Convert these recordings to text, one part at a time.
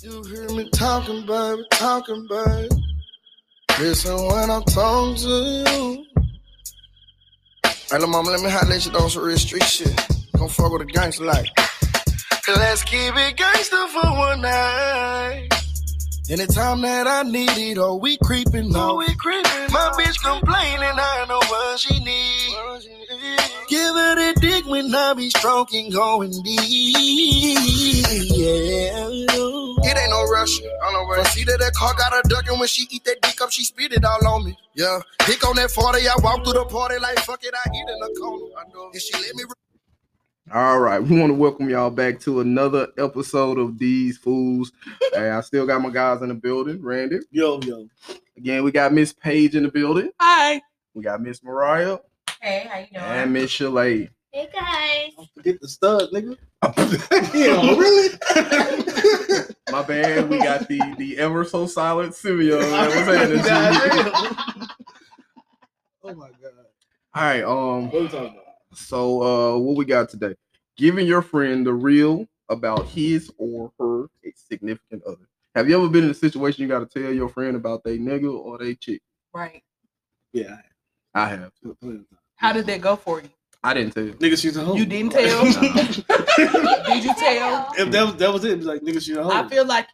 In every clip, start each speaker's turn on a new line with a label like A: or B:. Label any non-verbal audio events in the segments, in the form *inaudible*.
A: You hear me talking, baby, talking, baby. Listen when I'm talking to you. Hey, lil' mama, let me holler at you on some real street shit. Don't fuck with a gangster like. Let's keep it gangster for one night. Anytime that I need it, oh, we creeping Oh, we creeping My bitch complaining, I know what she need. Give her the dick when I be stroking, going deep. Yeah. It ain't no rush. I don't know where. See that that car got a duck, and when she eat that dick up, she spit it all on me. Yeah. Dick on that 40, I walk through the party like fuck it, I eat in the corner. I know. And she let me.
B: All right, we want to welcome y'all back to another episode of These Fools. hey, I still got my guys in the building, Randy.
C: Yo, yo.
B: Again, we got Miss Paige in the building.
D: Hi.
B: We got Miss Mariah
D: Hey, how you doing?
B: and Miss Shalay.
E: Hey guys.
C: Forget the stud, nigga. *laughs* yeah, really?
B: My bad, we got the the ever so silent Simeon that was
C: *laughs*
B: handed to you.
C: Goddamn. *laughs* Oh my god.
B: All right, um,
C: What are we talking about?
B: so uh, what we got today? Giving your friend the real about his or her significant other. Have you ever been in a situation you got to tell your friend about they nigga or they chick?
D: Right.
C: Yeah.
B: I have.
D: How did that go for you?
B: I didn't tell.
C: Nigga, she's a hoe.
D: You didn't tell? Did you tell?
C: *laughs* if that was that was it, it was like nigga, she's a hoe.
D: I feel like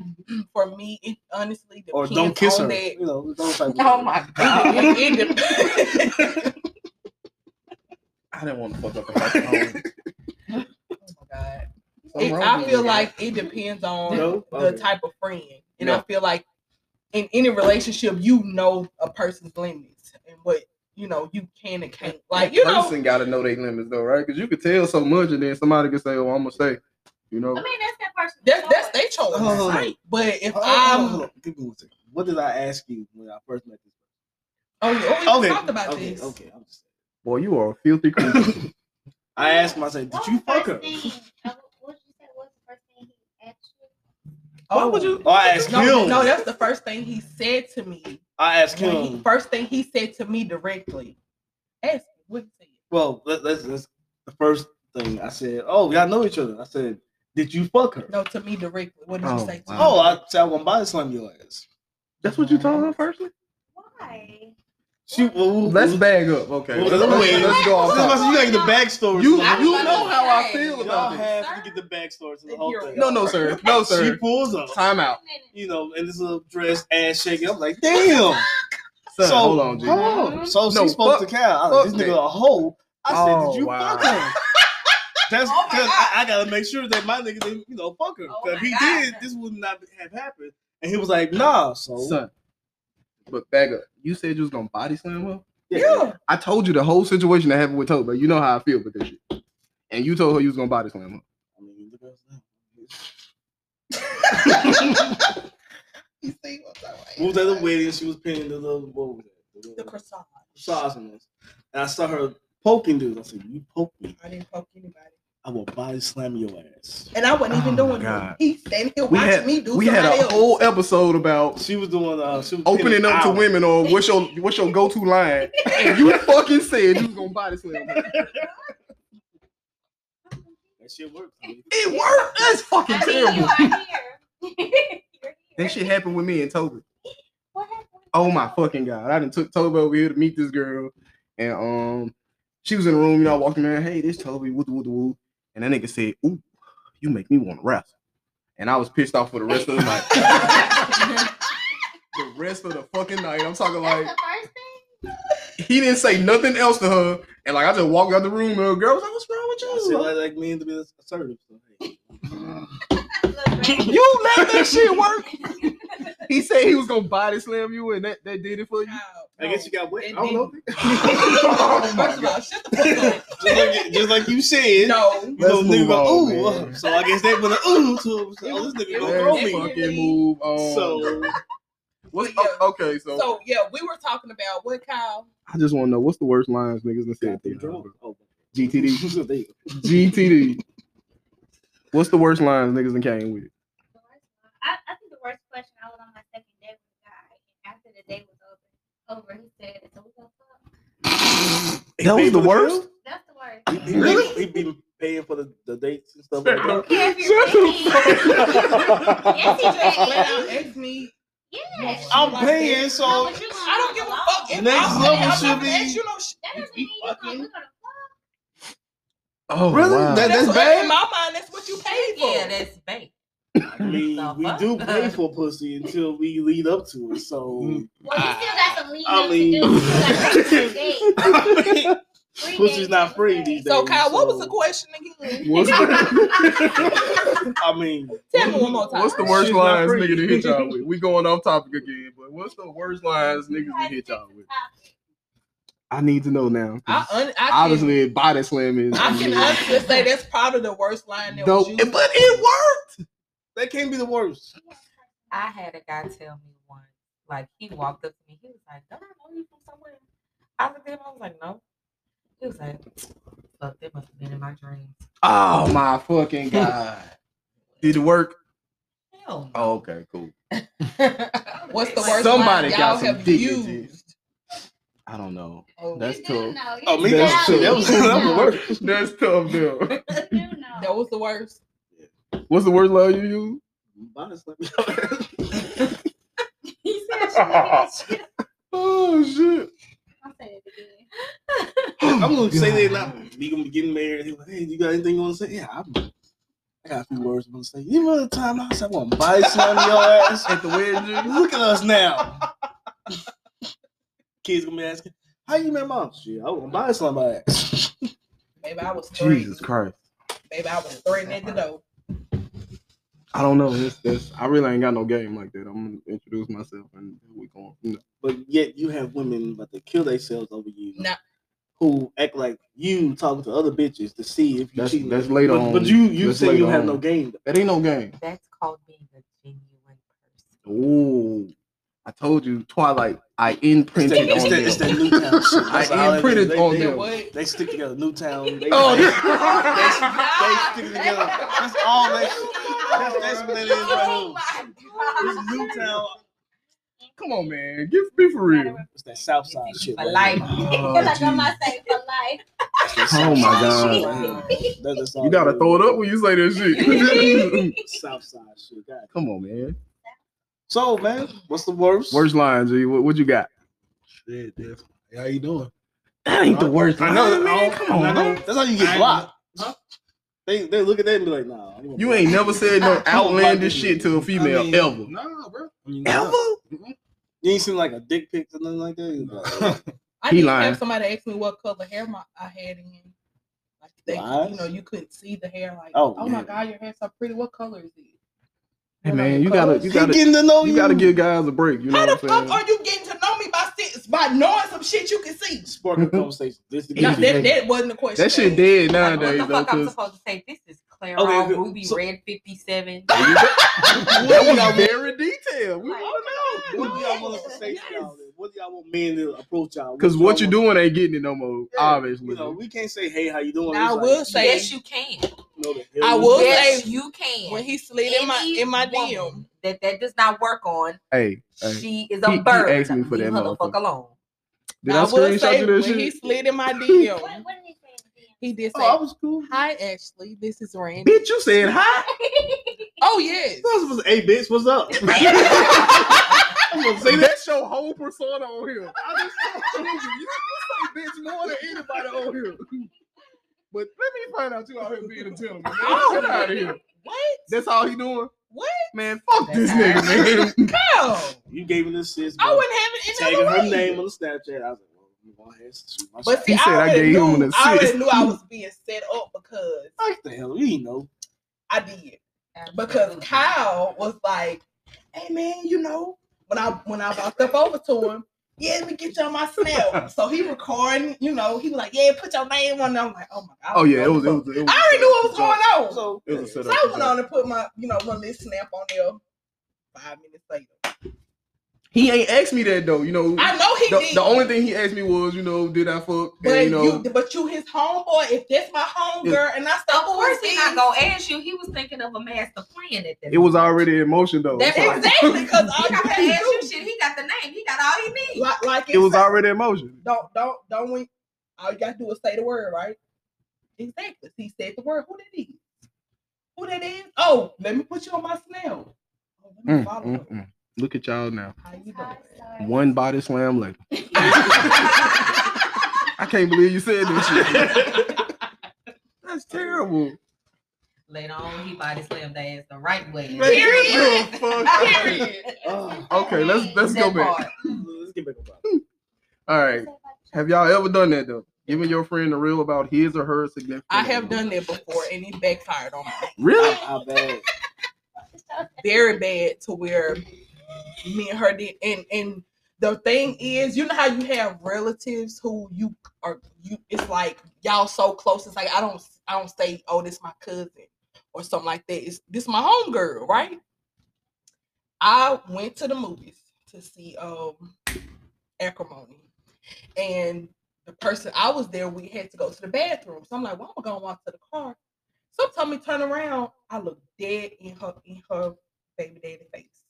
D: for me, it honestly depends
C: Oh. or don't kiss
D: on
C: her.
D: that.
C: You know, don't type of-
D: Oh
C: *laughs*
D: my god! It, it, it dep- *laughs*
B: I didn't want to fuck up the
D: *laughs*
B: microphone.
D: oh my god!
B: Something
D: It-
B: wrong
D: I
B: with
D: feel
B: me.
D: like it depends on
C: No?
D: the
C: Okay.
D: type of friend, and
B: Yeah.
D: I feel like in any relationship, you know a person's limits and what you know you can and can't. Like you know,
B: person got to know their limits though, right? Because you could tell so much, and then somebody could say, "Oh, I'm gonna say," you know.
E: I mean, that's that person.
D: that's that's their choice.
C: Oh.
D: Right. But if
C: Hold on, hold on, hold
D: I'm
C: on. Give me one second. What did I ask you when I first met this
D: Oh, yeah. Oh, we
C: person?
D: talked about
C: okay,
D: this.
C: okay. I'm just
B: Boy, you are a filthy
D: *laughs*
B: creature.
C: *laughs* I asked him, I said, Did
E: What
C: you
E: was the
C: fuck her?
E: first Thing, uh, what did you say was the first thing he asked you?
C: Why
D: Oh.
C: would you? Oh, I asked
D: No,
C: him.
D: no, that's the first thing he said to me.
C: I asked
D: When he,
C: him.
D: first thing he said to me directly. Ask me, what he said.
C: Well, that, that's, that's the first thing I said. Oh, y'all know each other. I said, Did you fuck her?
D: No, to me directly. What did
B: Oh,
D: you say to
B: wow.
C: Oh,
D: me?
C: I said, I'm gonna body slam your ass.
B: That's what you told her personally.
E: Why?
C: She, well, well,
B: Let's
C: well,
B: bag up. Okay,
C: Well,
B: let's, let's- let's go
C: I
B: off.
C: was about to
B: topic.
C: say, you gotta get the backstory.
B: You you
C: to the whole
B: know
C: thing.
B: how I feel
C: y'all
B: about this.
C: have to get the backstory to the whole thing.
B: No, no, sir. No,
C: She
B: sir.
C: pulls up,
B: Time out.
C: you know, and this little dress, ass shaking. I'm like, damn.
B: Son,
C: so
B: hold on, G.
C: hold on. So
B: No,
C: she spoke to
B: fuck-
C: Cal. I was
B: fuck
C: like, this
B: that.
C: nigga a hoe. I said,
B: Oh,
C: did you
B: wow.
D: *laughs*
C: fuck her? That's
D: Oh my
C: because
D: God.
C: I, I gotta make sure that my nigga didn't, you know, fuck her.
D: Oh
C: Because if
D: my
C: he
D: God.
C: did, this would not have happened. And he was like, nah. So
B: Son, but bag up. You said you was gonna body slam her.
D: Yeah.
B: I told you the whole situation that happened with Tote, but you know how I feel with this shit. And you told her you was gonna body slam her.
C: I mean, look at us now.
D: You see what I'm
C: We
D: saying?
C: was at the wedding. She was pinning the little what was it? The
D: The
C: little
D: croissant.
C: sauce on us. And I saw her poking dudes. I said, "You poke me,
D: I didn't poke anybody.
C: I will body slam your ass."
D: And I wasn't even
B: Oh, my
D: doing
B: God.
D: it. He's standing here
B: We
D: watching
B: had
D: me do
B: we had
D: somebody
B: a
D: else.
B: whole episode about
C: She was doing. Uh, she was
B: opening
C: pinning
B: up to
C: out.
B: women or what's your what's your go to line? And you fucking said you was gonna body slam. her.
C: That shit worked. homie.
B: It worked. That's fucking
E: I mean, you
B: terrible.
E: are here. *laughs* You're here.
B: That shit happened with me and Toby.
E: What happened?
B: Oh my fucking god! I done took Toby over here to meet this girl, and um, she was in the room. You know, I walked in there. Hey, this Toby. Woo, woo, woo. And that nigga said, "Ooh, you make me want to wrestle." And I was pissed off for the rest of the night. the rest of the fucking night. I'm talking
E: That's
B: like
E: the first thing.
B: he didn't say nothing else to her, and like I just walked out the room. And the girl was like, "What's wrong with
C: I
B: you?"
C: said, like, like mean to be assertive. So, hey.
E: Look,
B: *laughs*
E: right?
B: You let that shit work. *laughs* he said he was gonna body slam you, and that, that did it for you.
C: I
D: *laughs*
C: guess you got wet.
D: It
C: I don't *laughs* know.
B: *laughs* oh my
D: First of
B: God.
D: all, shut the fuck
B: *laughs*
D: up.
C: just, like, just like you said.
D: No.
C: You know,
B: Let's move
C: nigga,
B: on,
C: ooh. uh,"
B: man.
C: So I guess they put an ooh to him. So, oh, this nigga
D: It
C: gonna
D: was-
C: throw
D: it
B: Let's
D: was-
C: me.
B: fucking move on.
A: *laughs*
C: So
B: what's,
D: But yeah.
B: oh, okay, so,
D: So yeah, we were talking about what Kyle.
B: I just want to know what's the worst lines niggas done said to you?
C: Oh, *laughs*
B: GTD,
C: there you go.
B: GTD. What's the worst lines niggas done came
C: *laughs*
B: with?
E: The worst one- I, I think the worst question I was on my second date with a guy. and After the date was over, over he said, "So we gonna fuck."
B: That was
C: paid
B: the
C: for
B: worst?
C: bill?
E: That's the worst.
C: He, he
B: Really?
C: really? He been paying for the, the dates and stuff like
B: Shut
C: that.
E: Yeah, if
B: Shut
E: you're
B: the fuck up.
E: Yes, he
D: Flat
E: drank.
D: out ask me.
E: Yes.
C: I'm
D: Like
C: paying,
D: that.
E: No,
C: so
E: but you gonna
D: I don't give a
E: leave
D: fuck.
E: him
D: If
E: alone.
C: The next
D: I'm-
C: level
D: I'm not
C: should
D: gonna
C: be-
D: ask you no shit.
E: That doesn't
C: He
E: mean you're gonna
C: fucking-
E: look at a fuck.
B: Oh,
C: Really?
B: wow.
C: That-
D: That's,
C: that's
D: what,
C: bad?
D: In my mind, that's what you paid for.
F: Yeah, that's bait.
C: I mean, we do pay for pussy until we lead up to it. So
E: Well, you still got some leading
C: I
E: up
C: mean-
E: to do. You still got like
C: I mean,
E: three
C: pussy's not
E: days.
C: free these days.
D: so, Kyle, what was
C: so-
D: the question again?
B: What's
C: *laughs* I mean,
D: Tell me one more time.
B: What's the worst lines nigga to hit y'all with? We going off topic again, but what's the worst lines niggas to hit y'all with? I need to know now. 'cause
D: I, un- I can,
B: Obviously, body slam is.
D: I can honestly say that's probably the worst line that
B: dope,
D: was
B: but
D: used.
B: it worked.
C: that can't be the worst.
F: I had a guy tell me once, like he walked up to me, he was like, "Don't I know you from somewhere?" I looked at him, I was like, "No." He was like, "Fuck, that must have been in my dreams."
B: Oh my fucking god! Did it work?
F: Hmm. Hell no.
B: Oh, okay, cool.
D: What's the worst
B: Somebody
D: line y'all
B: got some
D: have
B: dignity.
D: used?
B: I don't know.
D: Oh,
B: That's
E: You do
B: tough.
E: know.
C: Oh, me,
E: You
B: That's
E: do
B: tough.
C: too. *laughs* That
E: know.
C: was
B: *laughs*
E: You
C: that
E: do know.
C: was the worst.
B: That's tough, though.
E: You do know.
D: that was the worst.
B: What's the worst love you use?
C: Body *laughs* slam.
E: He said she did shit.
B: Oh shit!
E: I'll say it again.
C: I'm gonna say they're not. We gonna be getting married. They like, hey, you got anything you wanna say? Yeah, I'm. I got a few words I'm gonna say. You remember the time I said I want to body slam your
B: *laughs*
C: ass?
B: at the wedding.
C: Look at us now. *laughs* Kids gonna be asking, "How you met mom?" Shit, I want to body slam my ass.
D: Baby, I was three.
B: Jesus Christ!
D: Baby, I was threatened at the door.
B: I don't know. This, this, I really ain't got no game like that. I'm gonna introduce myself and we going. No.
C: But yet you have women about to kill themselves over you.
D: Nah.
C: Who act like you talking to other bitches to see if you
B: That's
C: cheating.
B: that's later
C: but,
B: on.
C: but you you
B: That's
C: say
B: later
C: you have
B: on.
C: no game. though.
B: That ain't no game.
F: That's called being a genuine person.
B: Ooh, I told you, Twilight. I imprinted
C: It's
B: on
C: that, it's
B: them.
C: that Newtown shit.
B: I
C: That's all they do.
B: imprinted
C: They-
B: on
C: they-
D: You
B: them. *laughs*
D: know what?
C: They stick together. Newtown. They,
B: Oh,
C: they,
B: this-
C: they stick together. That's all they.
D: *laughs*
C: That's, that's what that is right here. It's
F: *laughs*
C: Newtown.
B: Come on, man, get be for real.
C: It's that South Side shit.
F: For
C: right
F: life.
C: there.
E: Because I got my
B: Oh,
E: say for life.
B: geez. Oh, my god,
C: Wow. That- that's all
B: you gotta throw it up when you say that shit.
C: *laughs* South Side shit. God.
B: Come on, man.
C: So man, what's the worst?
B: Worst line, G. What, what you got?
G: Shit, that's- how you doing?
B: That ain't the worst.
G: I know.
B: line,
G: I
B: man.
G: don't-
B: Come on,
C: I know,
B: man.
C: that's how you get
G: I-
C: blocked. They they look at that and be like, nah. I want
B: You
C: to-
B: ain't never said no outlandish shit to a female
G: I mean,
B: ever.
G: Nah, bro. I mean,
B: Ever?
C: You ain't seen like a dick pic or nothing like that. You know?
G: nah.
D: I
B: He
D: did
B: lying.
D: have somebody ask me what color hair my, I had in. Like they,
C: Lies?
D: you know, you couldn't see the hair. Like,
C: Oh,
D: oh, my
C: yeah.
D: god, your hair's so pretty. What color is it?
B: Hey,
D: What are
B: man,
D: the
B: you gotta,
D: colors?
B: you
C: He
B: *laughs* gotta,
C: getting to know you.
B: you gotta give guys a break. You know
D: How the
B: what I'm
D: fuck
B: saying?
D: are you getting to know me by six by knowing some shit you can see?
B: *laughs*
C: spark a conversation. This is
D: No,
B: Yeah,
D: that, that wasn't the question.
B: That shit dead
F: Like,
B: nowadays
F: what
B: though.
F: the fuck I'm *laughs*
B: Cause
F: supposed to say? This is Claire
C: Okay, good.
F: Ruby
C: So-
F: Red 57.
B: *laughs* that was very detailed. We wanna
D: Oh,
B: know.
C: What do y'all want us to say to y'all? then? What do y'all want men to approach y'all? with?
B: Because
C: do y'all
B: what you
C: want-
B: doing ain't getting it no more,
C: Yeah,
B: obviously.
C: You know, we can't say, "Hey, how you doing?"
D: Now, I
C: It's
D: will
C: like,
D: say
F: Yes, you can.
C: no, the
D: I
C: hell
D: will
C: you-
F: Yes,
D: say-
F: you can.
D: when he slid in my in my
F: Any
D: DM.
F: woman That that does not work on.
B: hey, hey,
F: She is
B: He-
F: a
B: he
F: bird.
B: asked me for that
F: Leave her the fuck
B: motherfucker.
F: alone.
B: did
D: Now,
B: I
D: will
B: screenshot
D: say
B: you that
D: when he
B: shit?
D: slid
B: *laughs*
D: in my
E: What,
D: DM,
E: what did he say in the end?
D: he did say,
C: Oh, I was cool.
D: "Hi, Ashley. This is Randy."
B: Bitch, you said hi.
D: Oh yes.
C: I was supposed to, hey, bitch,
D: *laughs*
C: what's up?
B: I'm gonna say that's your whole persona on here. I just told you, you, you say bitch more than anybody on here. But let me find out you out here being a gentleman. Man.
D: Oh,
B: Get out of here.
D: What?
B: That's all he doing,
D: What?
B: man. Fuck this nigga, man.
D: Hell,
C: you gave me this sis.
D: I
C: bro.
D: wouldn't have it
C: tagging
D: any
C: her
D: other way.
C: name on the Snapchat. I was like, well, I'm going to have to shoot my
D: But
C: shot. *laughs*
D: see,
B: He said I
D: I, already
B: gave him
D: knew,
B: an
D: I already
B: assist.
D: knew I was being set up because
C: Like the hell, you know.
D: I did. Because Kyle was like, "Hey man, you know when I when I walked up over to him, yeah, let me get you on my
B: *laughs*
D: snap." so he recording, you know, he was like, "Yeah, put your name on." there." I'm like, "Oh my god."
B: Oh yeah, it was. It was. It was
D: I already knew what was going on.
C: So,
B: It was a
D: So
B: setup.
D: I went on and put my, you know, one little snap on there. Five minutes later,
B: He ain't asked me that though. You know,
D: I know he
B: the,
D: did.
B: the only thing he asked me was, you know, did I fuck?
D: but
B: and, you
D: you,
B: know,
D: but you his homeboy. If that's my homegirl, and I
F: Of
D: stop
F: course, he not gonna ask you. He was thinking of a master plan at that.
B: it was already in motion though.
F: That's
B: So,
F: all.
D: exactly
F: *laughs*
D: because all
F: He
D: you
F: not
D: had
F: gonna ask you shit. He got the name. He got all he needs.
D: Like, like
B: it was
D: said,
B: already in motion.
D: don't don't don't win. All you gotta do is say the word, right? Exactly. He said the word. Who did he? who that is? Oh, let me put you on my snail. Oh, let me
B: Mm,
D: follow
B: mm,
D: her.
B: mm. Look at y'all now.
D: How you doing?
B: One body slam later. *laughs* I can't believe you said this shit. That's terrible.
F: Later on, he body slammed the ass the right
D: *laughs*
F: way.
B: Period.
C: *laughs*
D: Period.
C: Ah.
B: Okay, let's let's go
F: That
B: back.
F: part.
C: Let's get back on topic.
B: All right. Have y'all ever done that though? Giving your friend a reel about his or her significant.
D: I have
B: other?
D: done that before and it backfired on me.
B: Really?
C: How bad?
D: Very bad to where me and her did and and the thing is, you know how you have relatives who you are you it's like y'all so close. It's like I don't I don't say, oh, this my cousin or something like that. It's this my homegirl, right? I went to the movies to see um acrimony. And the person I was there with had to go to the bathroom. So I'm like, well, I'm gonna go walk to the car. So tell me turn around. I look dead in her in her baby daddy face.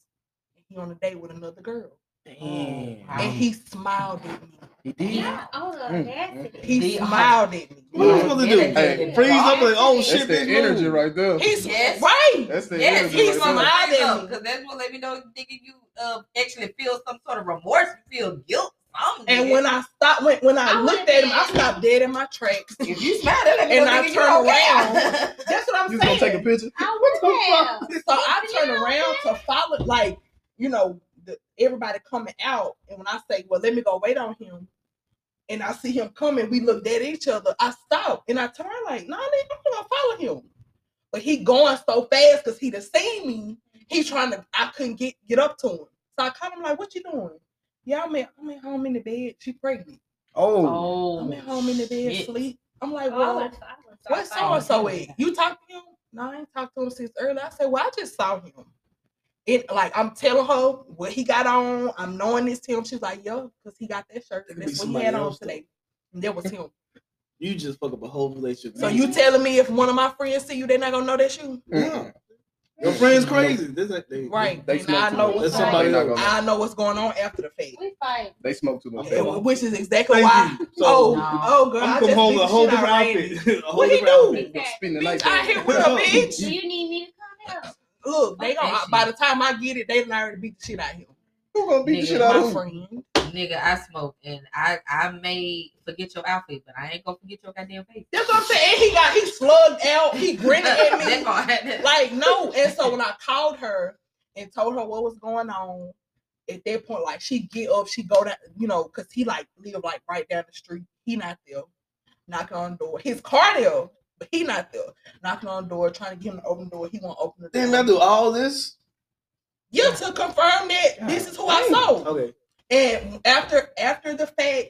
D: And he on a date with another girl. And he smiled at me.
B: He did.
E: Yeah. Oh, the
B: Mm,
E: audacity.
D: He
F: The-
D: smiled at me.
C: What am I supposed to do?
B: Hey.
C: Freeze up like, oh
B: That's
C: shit,
B: the
C: bitch,
B: energy
C: move.
B: right there.
D: He's
F: Yes.
D: right.
B: That's the
F: Yes,
B: energy
F: he's
D: Right.
F: from
B: there.
F: my
D: Yeah.
F: because that's what let me know, nigga, you uh, actually feel some sort of remorse, you feel guilt. something.
D: And when I stopped, when, when I
E: I would've
D: looked at him,
E: been-
D: I stopped dead in my tracks.
F: if you smile, that *laughs* let me
D: And
F: know,
D: I
F: nigga,
D: turn
F: you okay. *laughs*
D: That's what I'm
B: You was
D: saying.
B: gonna take a picture?
E: I
D: What
E: would
D: *laughs* So I turn around to follow, like you know, the, everybody coming out, and when I say, "Well, let me go wait on him," and I see him coming, we looked at each other. I stop and I turn like, "No, nah, nigga, I'm gonna follow him," but he going so fast because he done seen me. He trying to, I couldn't get get up to him, so I caught him like, "What you doing?" Yeah, I'm at, I'm at home in the bed. She pregnant.
B: Oh,
F: Oh,
D: I'm at home in the bed,
F: shit.
D: sleep. I'm like,
E: I
D: well,
E: would
D: what so and so is? You talked to him? No, I ain't talked to him since early. I said, well, I just saw him. It like I'm telling her what he got on. I'm knowing it's him. She's like, yo, because he got that shirt.
C: It could be
D: That's what he
C: somebody
D: had on
C: else, though.
D: today. And that was him.
C: You just fuck up a whole relationship.
D: so you telling me if one of my friends see you, they're not gonna know that's you?
C: Yeah. Your friend's crazy. This ain't they,
D: Right.
B: They
D: and
B: smoke
D: I
B: too
D: know
B: much.
D: what's
C: That's
D: going
C: somebody
D: on.
B: They not
C: else.
B: gonna-
D: I know what's going on after the fact.
E: We fight.
B: They smoke too much.
C: Okay.
D: And- Which is exactly
C: Thank
D: why.
C: you. So,
D: oh,
F: No.
D: oh girl, I
C: I'm
D: just
C: come home
D: beat
C: with
D: the
C: a whole
D: shit
C: different
D: out of Randy.
C: outfit. *laughs* A whole
D: What he
C: different
D: do?
C: outfit.
B: Gonna spend the night
D: Bitch, I
B: there.
D: hit with a bitch.
E: Do you need me to come out?
D: Look, they gonna
F: Fuck that
D: by the time I get it, they done already beat the shit out of him.
B: Who gonna beat the
F: Nigga,
B: shit out of
D: My
B: who?
D: friend.
F: nigga, I smoke and I I may forget your outfit, but I ain't gonna forget your goddamn face.
D: That's what I'm saying. And he got he slugged out. He grinning
F: *laughs*
D: at
F: That
D: me.
F: gonna happen.
D: Like no. And so when I called her and told her what was going on, at that point, like she get up, she go down, you know, cause he like live like right down the street. He not there. Knocking on the door. His car there, but he not there. Knocking on the door, trying to get him to open the door. He won't open the door.
C: Damn, I do all this.
D: Yeah, to confirm that this is who I saw.
C: Okay.
D: And after after the fact,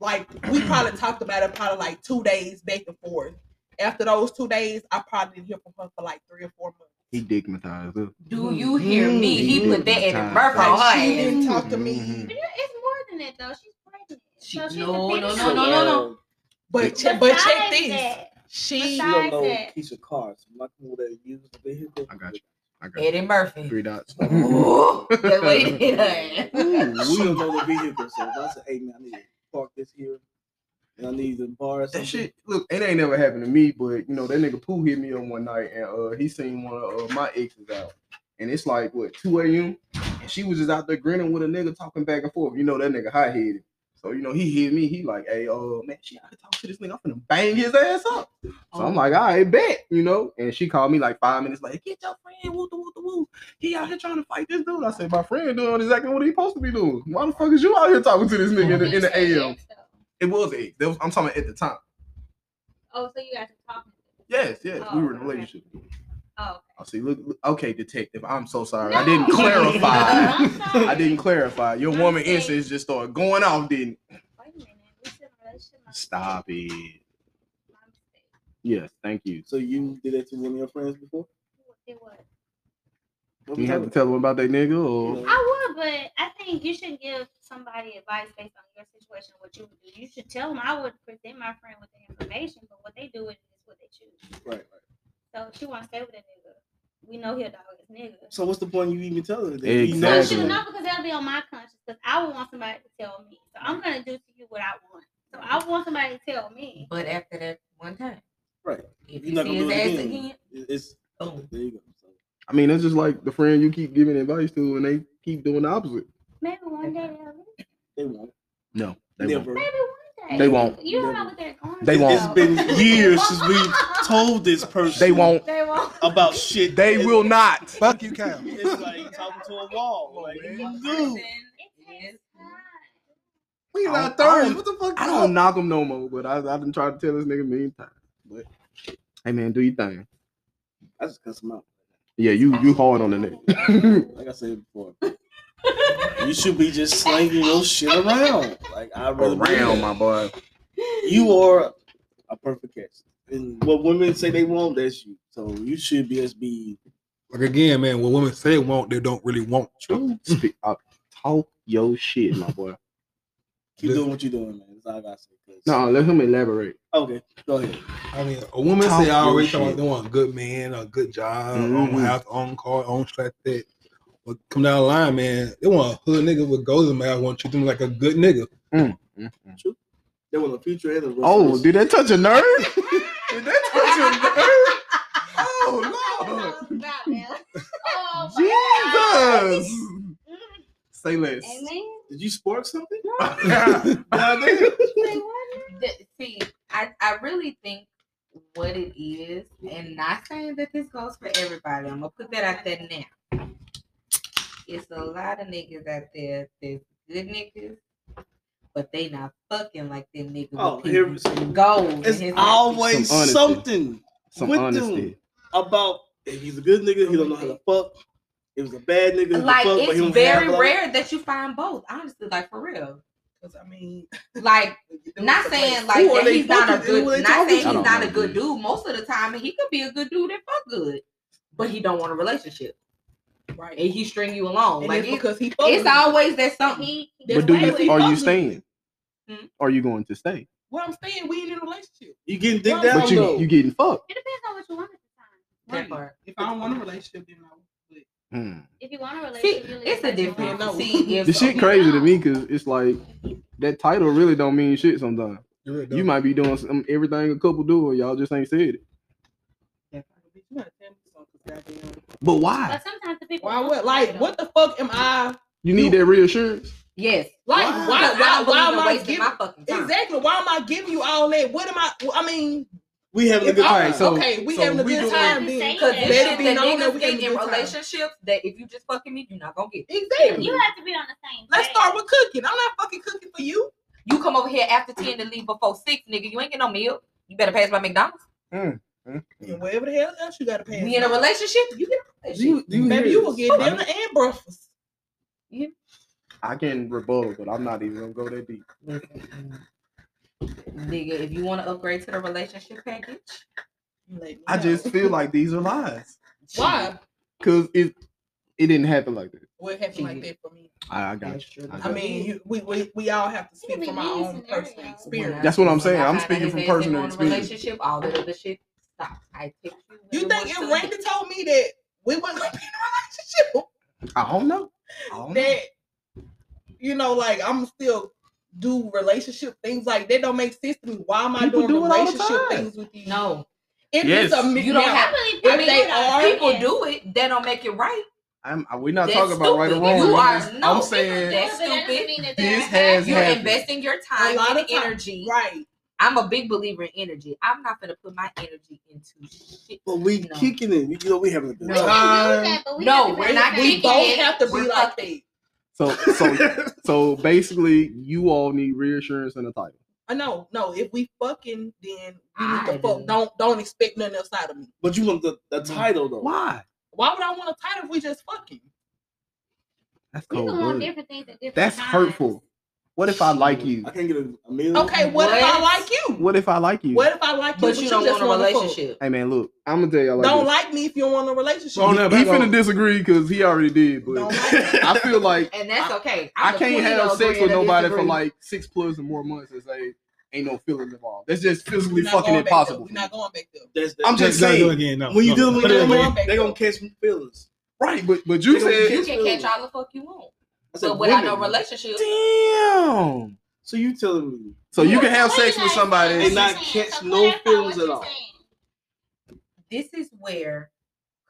D: like we probably talked about it probably like two days back and forth. After those two days, I probably didn't hear from her for like three or four months.
B: He dignitized her.
C: Mm-hmm.
F: Do you hear me? He put that in the murph on
D: Like,
F: her.
D: she
F: ass.
D: didn't talk to me,
B: Mhm.
E: But it- It's more than that though. She's pregnant.
F: She-
E: so she's
F: no,
E: a
F: no,
E: big-
F: no, no, no, no.
D: but che- but
E: Besides
D: check this.
E: that,
D: She
C: um,
D: *laughs*
C: You don't know
E: Besides that-
C: Keisha Carr. So my people that use the vehicle.
B: I got you. I got you.
F: Eddie Murphy. *laughs*
B: Three dots.
F: Ooh, that way *laughs* he did it.
C: She don't know the vehicle. So if I say, hey man, I need to park this here. And I need to borrow something.
B: That shit, look, it ain't never happened to me, but you know, that nigga Pooh hit me up one night and uh he seen one of uh, my exes out. And it's like what 2 a.m. And she was just out there grinning with a nigga talking back and forth. You know that nigga hot headed. So you know he hit me, he like, hey, uh man, she out here talking to this nigga. I'm finna bang his ass up. So I'm like, all right, bet, you know. And she called me like five minutes later, get your friend, woo woo woo. He out here trying to fight this dude. I said, my friend doing exactly what he supposed to be doing. Why the fuck is you out here talking to this nigga in the, in the AM? It was eight. That was, I'm talking about at the time.
E: Oh, so you guys are talking.
B: Yes, yes, we
E: Oh,
B: were in a
E: okay.
B: relationship.
E: Oh,
B: I see. Look, look- okay, detective. I'm so sorry.
E: No.
B: I
E: *laughs*
B: didn't clarify. *laughs*
E: I'm sorry.
B: I didn't clarify. Your
E: I'm
B: woman
E: saying-
B: instincts just started going off. Didn't
E: wait a minute. We should relationship. my-
B: stop it.
E: my mistake.
B: Yes, thank you.
C: So you did that to one of your friends before?
E: It was.
C: What
B: You
C: was
B: have to
C: that?
B: tell them about that nigga. Or
E: I would, but I think you should give somebody advice based on your situation, what you would do. You should tell them. I would present my friend with the information, but what they do is what they choose.
C: Right, right.
E: So if she want to stay with a nigga. We know he'll dog his nigga.
C: So what's the point you even telling her? that?
B: Exactly.
C: You
E: No,
C: know
E: she
C: she-
E: would know because that'll be on my conscience. Because I would want somebody to tell me. So I'm gonna do to you what I want. So I want somebody to tell me.
F: But after that one time,
C: Right.
F: if
C: You're
F: you
C: not
F: see
C: gonna
F: his
C: do it
F: ass
C: again.
F: again,
C: It's
F: Boom.
C: There you go. So,
B: I mean, it's just like the friend you keep giving advice to, and they keep doing the opposite.
E: Maybe one day they'll leave.
C: they won't.
B: No,
C: Never.
E: Maybe one day.
B: They won't.
E: You don't know what they're going
B: They
E: through,
B: won't.
C: It's
E: though.
C: been years since
F: *laughs*
C: we told this person
B: They won't.
E: They
C: *laughs*
E: won't.
C: about shit.
B: They will not.
G: Fuck you, Kyle.
C: It's like talking to a wall. Like,
F: If
C: what
F: a
C: you do?
F: person is-
C: We in our
B: I don't-
C: thirties. What the fuck?
B: I
C: up?
B: don't knock them no more, but I, I've been trying to tell this nigga a million times. But hey, man, do your thing.
C: I just cuss him out.
B: Yeah, you you hard on the nigga.
C: *laughs* Like I said before, you should be just slanging your shit around. Like I really
B: Around my boy.
C: You are a perfect catch. And what women say they want, that's you. So you should be as be.
G: Like again, man, when women say want, they don't really want you.
B: Speak up. Talk your shit, my *laughs* boy.
C: Keep
G: Listen.
C: doing what you're doing, man. That's all I gotta say. 'cause-
B: No, let him elaborate.
C: Okay, go ahead.
G: I mean, a woman
B: Talk
G: say I already
B: your
G: talk Mm-hmm. about
B: shit.
G: they want a good man, a good job,
B: Mhm.
G: own house, own car, own shit like that. But come down the line, man, they want a hood nigga with golden man. I want to treat them like a good nigga.
C: They want a future and a
B: Oh, did that touch a nerve? did that touch a nerve? Oh
E: Oh, God, man. Oh,
B: Lord, *laughs* Jesus!
E: my-
B: Say less.
E: Amen.
C: Did you spark something?
F: *laughs*
E: Say what?
F: the- see, I, I really think what it is, and not saying that this goes for everybody. I'm gonna put that out there now. It's a lot of niggas out there that's good niggas, but they not fucking like them niggas
C: Oh,
F: with people.
C: here it's,
F: gold. in
C: it's
F: his
C: always
B: Some honesty.
C: something
B: *laughs* Some
C: With them.
B: honesty.
C: about if he's a good nigga, he don't know how to fuck. If he's a bad nigga, he can
F: like
C: fuck, but he
F: it's
C: don't
F: very
C: have love.
F: rare that you find both. Honestly, like for real.
D: Because I mean,
F: Like
D: *laughs*
F: not saying like
C: Who are
F: that
C: they
F: he's not a
C: fucking to?
F: good.
C: Who they
F: Not
C: talking
F: saying
B: to? I
F: he's
B: don't
F: not
B: know,
F: a good
B: dude.
F: dude. Most of the time, and he could be a good dude and fuck good, but he don't want a relationship.
D: right.
F: and he string you along.
D: And
F: like
D: it's
F: it-
D: because he
F: it's
D: focused.
F: always that something.
E: He, he
D: That's
B: But do
D: why he
B: you are you
D: fucking-
B: staying?
F: Hmm?
B: Are you going to stay?
D: Well, I'm saying we ain't in a relationship.
C: You getting dick
D: But
C: down
B: But you
C: though.
B: you getting fucked.
E: It depends on what you want at the time.
F: That
D: Right.
F: part.
D: If I don't want a relationship, then I would.
B: Hmm.
E: If you want a
F: See,
E: relationship, you leave
F: it's a
E: what you
F: difference.
E: want.
F: See, if
B: The shit
E: you
B: crazy to
E: know.
B: me because it's like that title really don't mean shit sometimes. You
G: you might.
B: might be doing some, everything a couple do and y'all just ain't said it.
D: If I could be- you gotta tell me something, goddamn.
B: But why?
E: But sometimes the people.
D: Why
E: want
D: would
E: to
D: like
E: fight
D: what the fuck am I
B: You need that reassurance.
F: yes,
D: like?
C: Why?
D: Why?
F: Because
D: Why?
F: don't
D: Why
F: believe in
D: am I
F: wasting
D: giving?
F: my fucking time.
D: Exactly. Why am I giving you all that? What am I? well, I mean,
C: We having a
D: if
C: good
D: I-
C: time.
B: Alright, so-
D: okay, we
G: so
D: having a
G: we
D: good
G: doing-
D: time then.
E: Because
F: Because
E: Yeah.
F: this
D: Let
F: shit
D: it
F: that
D: be known that
F: niggas
D: we
F: get
D: having a
F: in
D: good time.
F: relationships that if you just fucking me, you're not gonna get. It.
D: Exactly.
E: You have to be on the same.
D: Let's
E: page.
D: start with cooking. I'm not fucking cooking for you.
F: You come over here after ten to leave before six, nigga. You ain't get no meal. You better pass by McDonald's.
D: And whatever the hell else you gotta pay.
F: We in a relationship, you get all that
G: Do
F: shit.
G: you, do you hear
D: Maybe you will
G: this?
D: get dinner and breakfast.
B: I can rebuttal, but I'm not even gonna go that deep.
F: Listen, Nigga, if you want to upgrade to the relationship package,
D: You let me
B: I
D: know.
B: just feel like these are lies.
D: why
B: Cause it it didn't happen like that.
D: what happened like
F: Cheating.
D: that for me.
B: I, I got you.
F: that's true.
B: I
D: I mean, you, we, we we all have to
E: It could
D: speak
E: be
D: from our
E: many
D: own personal
E: scenarios.
D: experience.
B: That's what I'm saying.
F: When I
B: I'm
F: got
B: speaking
F: his
B: from
F: ass in
B: personal
F: on a
B: experience.
F: Relationship, all that other shit. Stop. I picked you.
D: You
F: when
D: think
F: it was
D: if
F: Sunday.
D: Randy told me that we wasn't gonna be in a
B: I don't know. I don't know.
D: relationship, that you know, like I'm still do relationship things like that don't make sense to me. Why am I
B: People
D: doing
B: do it all the
D: relationship
B: time.
D: things with you?
F: No,
D: If
B: Yes.
D: it's a mi-
F: You don't
D: now,
F: have-
E: I believe
D: If
E: people
D: they
E: do
D: are,
E: that.
F: people do it. That don't make it right.
B: I'm, I- we're not
F: That's
B: talking about right or
F: stupid.
B: wrong.
F: You are-
B: I'm
F: no,
B: saying
E: But
F: that's
E: that doesn't
F: stupid.
E: mean that they're
B: this has
F: You're
B: happened.
F: investing your time
D: lot
F: and
D: of time.
F: energy.
D: right.
F: I'm a big believer in energy. I'm not gonna put my energy into shit.
C: But we
F: No.
C: kicking it. We, you know, we having a good
E: We
F: No.
C: time.
E: can do that, but we
F: No,
E: have to
F: we're
E: be
F: not
E: on the
D: We
E: same
F: Thinking
D: both
E: page.
D: have to be
F: we're
D: like
F: fucking.
D: that.
B: So so so basically, you all need reassurance and a title.
D: I know, no. If we fucking, then we need
F: I
D: to
F: do.
D: fuck. Don't don't expect nothing else out of me.
C: But you want the, the title though.
B: Why?
D: Why would I want a title if we just fucking?
B: That's
E: People
B: cold.
E: want
B: blooded.
E: different things at different
B: That's
E: times.
B: hurtful. What if I like you?
C: I can't get a, a meal. *laughs*
D: Okay, what, if I
F: What?
D: like you?
B: What if I like you?
D: What if I like you?
F: But you don't
D: just
F: want a
D: wanna fuck?
F: relationship.
B: Hey man, look, I'm gonna tell y'all like
D: don't
B: this.
D: like me if you don't want a relationship.
G: Well, no,
B: he, he
G: back
B: finna
G: off.
B: disagree because he already did, but *laughs*
D: Don't like me.
B: I feel like
F: And that's okay.
B: I
F: I'm the
B: can't
F: queen
B: have
F: of
B: sex
F: agree
B: with
F: to
B: nobody for
F: disagree.
B: like six plus and more months and say ain't no feelings involved. That's just physically
D: We're not
B: fucking
D: going back there.
B: impossible.
D: We're not going back there.
C: That's,
B: I'm just
G: Let's not do it
B: saying.
G: again. No,
C: when you
G: no,
C: dealing with
G: put it
C: them,
G: away.
D: woman-
C: they gonna catch some feelings.
B: Right, but but you
C: They don't
B: said
F: You can catch all the fuck you want.
C: I said,
F: But without no
C: women.
F: relationship,
B: damn.
C: So you telling me
B: So you can have
E: What
B: sex
E: did
B: with
E: I
B: somebody.
E: say?
C: And not
E: What you saying?
C: catch
E: So
C: no
E: clarify what
C: feelings at
E: you
C: all.
E: saying.
F: this is where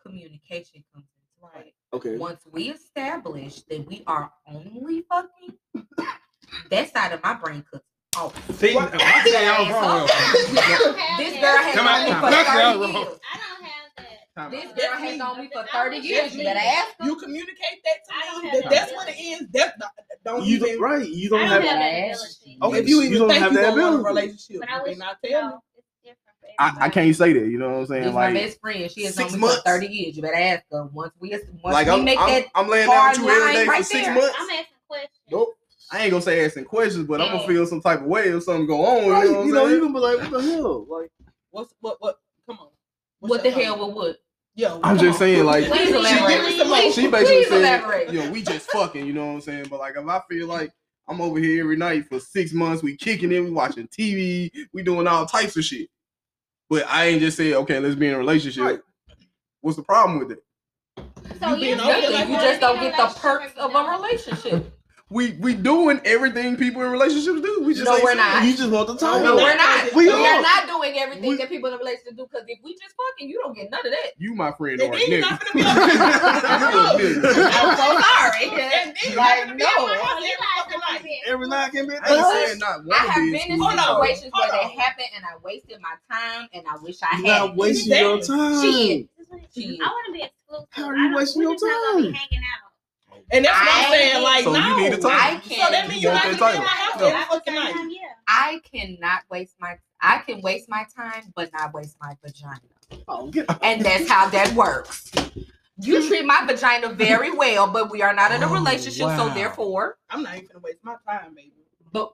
F: communication comes into play.
C: Okay.
F: Once we establish that we are only fucking, that side of my brain cooks off.
G: See, I said y'all wrong.
F: *laughs* This girl has
G: Come
F: known
G: on,
F: me
G: come
F: for
G: on. Knock it
F: 30
G: out,
E: I
F: years.
E: don't
F: *laughs*
E: have that.
B: Time
F: This
B: out.
F: girl has known me for 30 years. You better ask her.
D: You communicate that
E: I
D: to me.
E: don't
D: That
E: have
D: that's
E: that
D: what it
E: ability.
D: is. That's not, don't
C: You
D: even.
C: don't, right. You
E: I
C: don't have. Oh,
F: have-
C: Okay,
D: If you
C: you
D: even
C: don't
D: think
C: have
D: you
C: that
D: gonna want a
C: ability.
D: relationship,
E: But I
D: you
E: wish
D: not
E: you
D: tell me.
E: know, it's different for
B: I, I
E: everybody.
B: can't say that. You know what I'm
F: This
B: saying?
F: is my
B: Like,
F: best friend. She has
B: six
F: known me
B: months.
F: for 30 years. You better ask her. Once we, once
B: like
F: we
B: I'm,
F: make
B: I'm,
F: that,
B: I'm laying down with you
F: hard
B: every day
F: line
B: for
F: right
B: six
F: there.
B: months.
E: I'm asking questions.
B: Nope. I ain't gonna say asking questions, but I'm gonna feel some type of way if something go on.
C: Right.
B: You know, what
C: You know,
B: I'm
C: you
B: saying?
C: can be like, what the hell? Like,
D: What's what what? Come on. What's
F: what the
D: that
F: hell
D: called?
F: with what?
D: Yo,
B: I'm
D: come
B: just
D: on.
B: saying, like,
F: Please
D: She
F: elaborate.
D: give me some more.
B: she basically
F: Please
B: said,
F: elaborate.
B: you know, we just fucking, you know what I'm saying? But like, if I feel like I'm over here every night for six months, we kicking it, we watching TV, we doing all types of shit. But I ain't just say, okay, let's be in a relationship.
C: Right.
B: What's the problem with it?
E: So
D: You
E: you,
D: being
E: know,
D: open,
E: you
D: like,
F: you
E: wanna
F: just
E: be in
F: don't
E: a
F: get the
E: relationship
F: perks
E: or
F: of
E: you
F: a
E: don't.
B: *laughs*
F: relationship.
B: We
F: We
B: we doing everything people in relationships do. We just
F: No,
B: ain't
F: we're
B: saying-
F: not.
C: you just want the time.
F: No, we're not.
C: We
F: We
C: are.
F: are not doing everything
B: We-
F: that people in a relationship do because if we just fucking, you don't get none of that.
B: You my friend
D: And
B: or a
D: then
B: nigga.
D: you're not gonna be on.
B: *laughs* You're a nigga.
F: I'm so *laughs* sorry.
D: And then you're not
F: Like,
D: gonna be
F: no.
D: at
E: Oh,
D: my
E: you
D: house
E: guys
D: every
E: don't
D: fucking
E: wanna
D: night.
E: be in-
C: Every night can be
B: I
C: a
B: ain't
C: time.
B: saying not one
F: I have
B: of
F: been
B: these.
F: in
D: Hold on,
F: situations where
D: hold
F: that
D: on.
F: happened and I wasted my time and I wish I
C: You're
F: had.
C: not wasting your
D: Shit.
C: time.
F: Shit.
E: I
F: Shit.
E: want to be exclusive.
C: How are
E: I
C: you
E: don't-
C: wasting
E: we
C: your
E: just not gonna be
C: time?
E: hanging out.
D: And that's what I'm
F: I-
D: saying. Like,
B: So
D: no.
B: you need a title.
F: I
D: So that
F: can't.
D: means
B: You
D: you're not
B: want
D: gonna be
B: that
D: at my
B: title.
D: house
B: No.
D: every fucking
E: Same
D: night.
E: time, yeah.
F: I cannot waste my. I can waste my time, but not waste my vagina. And that's how that works. You treat my vagina very well, but we are not in a
G: Oh,
F: relationship, so
G: wow.
F: therefore,
D: I'm not even gonna waste my time, baby.
F: but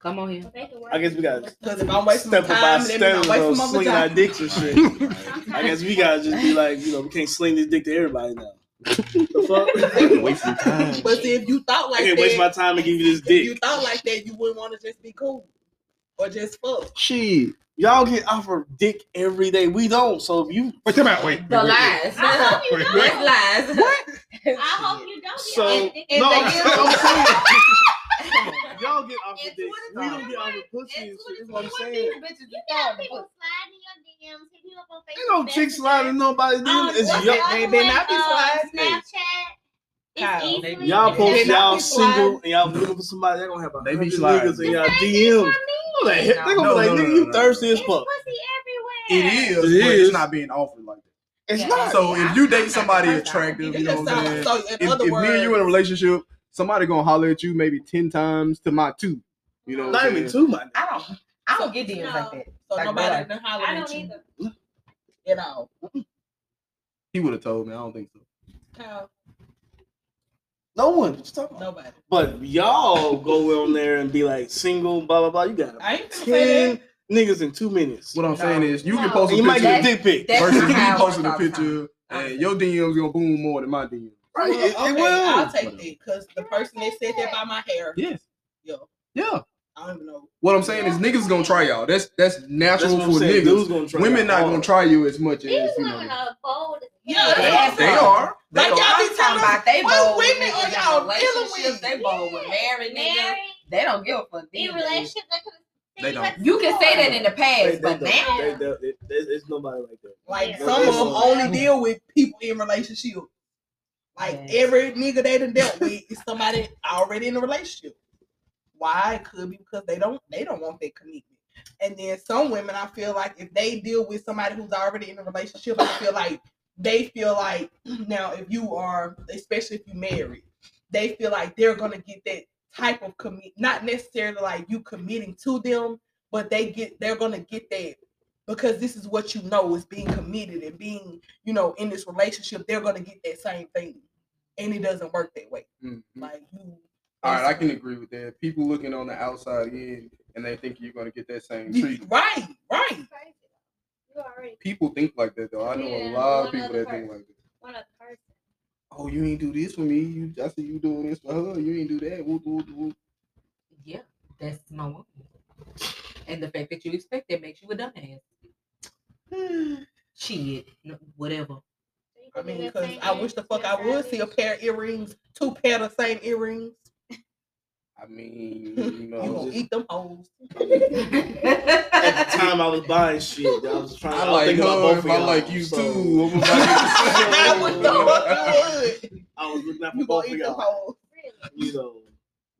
F: come on here.
E: But they can work.
C: I guess we got
D: Because if I'm wasting
C: step
D: my time,
C: by
D: let me
C: step
D: not
C: of
D: waste my
C: slinging our
D: vagina.
C: dicks and *laughs* shit.
E: Sometimes-
C: I guess we gotta just be like, you know, we can't sling this dick to everybody now. *laughs* the fuck?
B: Wasting time.
D: But see, if you thought
C: I
D: like
C: can't waste my
D: that,
C: time and give you this
D: if you
C: dick.
D: thought like that, you wouldn't want to just be cool or just fuck.
B: Shit.
C: Y'all get offered dick every day. We don't. So if you
G: Wait, come out. Wait.
F: The
G: wait,
F: *laughs*
G: wait,
F: lies.
E: I hope you
G: Wait,
E: don't.
G: wait.
F: Red lies. What?
E: I hope you don't.
C: So-
E: get
F: And
C: no,
F: they
C: I'm
F: get-
C: saying, *laughs* I'm saying,
F: Y'all
C: *laughs* y'all get offered
F: It's
C: dick.
F: what it's
C: We
F: all
C: don't get
E: about.
C: offered pussy. and
E: It's what
C: shit.
E: it's
C: That's what I'm
E: all
C: saying.
E: You got people sliding in your DMs, hitting you up on
C: Ain't no
E: Facebook.
C: chick sliding nobody.
E: Um,
C: Dude. It's
E: what's
D: what?
C: y'all.
E: the other
D: They been
E: one?
D: not be
E: Uh,
D: sliding.
E: Snapchat. It's
D: Kyle,
E: easily.
C: Y'all
E: it's
C: post
D: They not
C: y'all
D: be
C: single and y'all looking for somebody. They gonna have a
B: They be
C: hundred
B: sliding.
C: niggas in y'all
E: This ain't just for
C: DM.
E: me.
C: They gonna be like,
F: No,
B: no,
C: nigga,
B: no,
C: you
B: no,
C: thirsty as
E: It's
C: fuck.
E: pussy
B: It
E: everywhere.
B: is,
C: It
B: but
C: is.
B: it's not being offered like that.
C: It's
F: Yeah.
C: not.
B: So
F: Yeah.
B: if you date somebody attractive,
D: It
B: you know
D: just
B: what I'm saying?
D: sounds so. In
B: If, if
D: other
B: me and you in
D: words,
B: a relationship, somebody gonna holler at you maybe ten times to my two. You know, what
C: Not
B: I'm
C: even
B: saying?
C: too much.
F: I don't. I don't get deals like that.
D: so
F: Like,
D: nobody
F: really.
D: done holler
E: I
D: at
E: don't
D: you.
E: either.
D: You know,
B: He would have told me. I don't think so.
D: Kyle,
C: No one. What you talking about?
D: nobody.
C: But y'all go on there and be like single, blah blah blah. You got
D: I ain't gonna say
C: ten
D: that.
C: niggas in two minutes.
B: What I'm
F: No.
B: saying is, you can
E: No.
B: post
C: And
B: a
C: you might get a
B: picture
C: dick pic.
F: That's
B: versus
D: *laughs*
F: not
B: me
F: how it
B: posting
F: works
B: a
F: all the
B: picture, and your DMs gonna boom more than my DMs.
C: Right? It,
D: Well,
C: it
D: okay, I'll
C: will.
D: take that because the person that said that by my hair,
B: Yes.
D: yo,
B: Yeah.
D: I don't even know.
B: What I'm saying is, niggas gonna try y'all. That's that's
C: That's
B: natural
C: what I'm
B: for
C: saying.
B: niggas.
C: Dudes gonna try
B: Women not
C: hard.
B: gonna try you as much as
E: These
B: you know.
E: women are bold. as
D: Yeah,
E: hell.
F: They are.
B: They are. They
D: Like,
B: are.
D: y'all be
F: I'm
D: telling
F: talking about they
D: what
F: bold with
D: women
F: niggas
D: are
F: in
D: y'all dealing
F: relationships.
D: with?
F: They bold with married niggas.
E: Married,
F: They don't give a fuck. these
E: in
F: days.
E: relationship, they could've-
B: They don't.
F: You can say that in the
C: They-
F: past,
C: they
F: but
C: don't.
F: now
C: They- they- they- there's there's nobody like that.
D: Like
E: Yeah.
D: some of them only deal with people in relationship. Like
F: Yes.
D: every nigga they done dealt with is somebody already in a relationship. Why? It could be because they don't they don't want that commitment. And then some women, I feel like if they deal with somebody who's already in a relationship, I feel like they feel like *clears throat* now if you are, especially if you married, they feel like they're gonna get that type of commit, not necessarily like you committing to them, but they get they're gonna get that because this is what you know is being committed and being you know in this relationship they're going to get that same thing and it doesn't work that way
B: Mhm.
D: like you
B: All right, I can agree with that. People looking on the outside in and they think you're gonna get that
D: *laughs*
B: same
D: you,
B: treatment.
D: right right
E: Crazy. You already
B: People think like that though. I know a
E: Yeah,
B: lot of
E: one
B: people
E: other
B: that think
E: person.
B: like that.
E: one other person.
B: Oh, you ain't do this for me. You, I see you doing this for her. You ain't do that. Whoop, whoop, whoop.
F: Yeah, that's my woman. And the fact that you expect that makes you a *sighs* dumbass. Shit, no, whatever. *laughs*
E: So you
D: i
E: can do
D: mean
E: that
D: because
E: same
D: i
E: thing
D: wish the fuck
E: to
D: i would see a
E: somebody.
D: pair of earrings two pair of the same earrings
B: I
F: *laughs*
B: mean, you
D: You
B: know,
D: gonna
B: just,
D: eat them
B: *laughs*
D: hoes. *laughs*
C: At the time I was buying shit, I was trying.
B: *laughs* I
C: I was
B: like
C: thinking about
B: her.
C: both
B: If
C: of
B: I
C: y'all,
B: like you
C: so
F: *laughs*
B: too, I'm
D: I
B: about
D: was
B: to- *laughs*
D: so good.
C: I was looking out for
D: You
C: both
D: gonna
C: of
D: eat them
C: y'all.
D: hoes.
C: you know,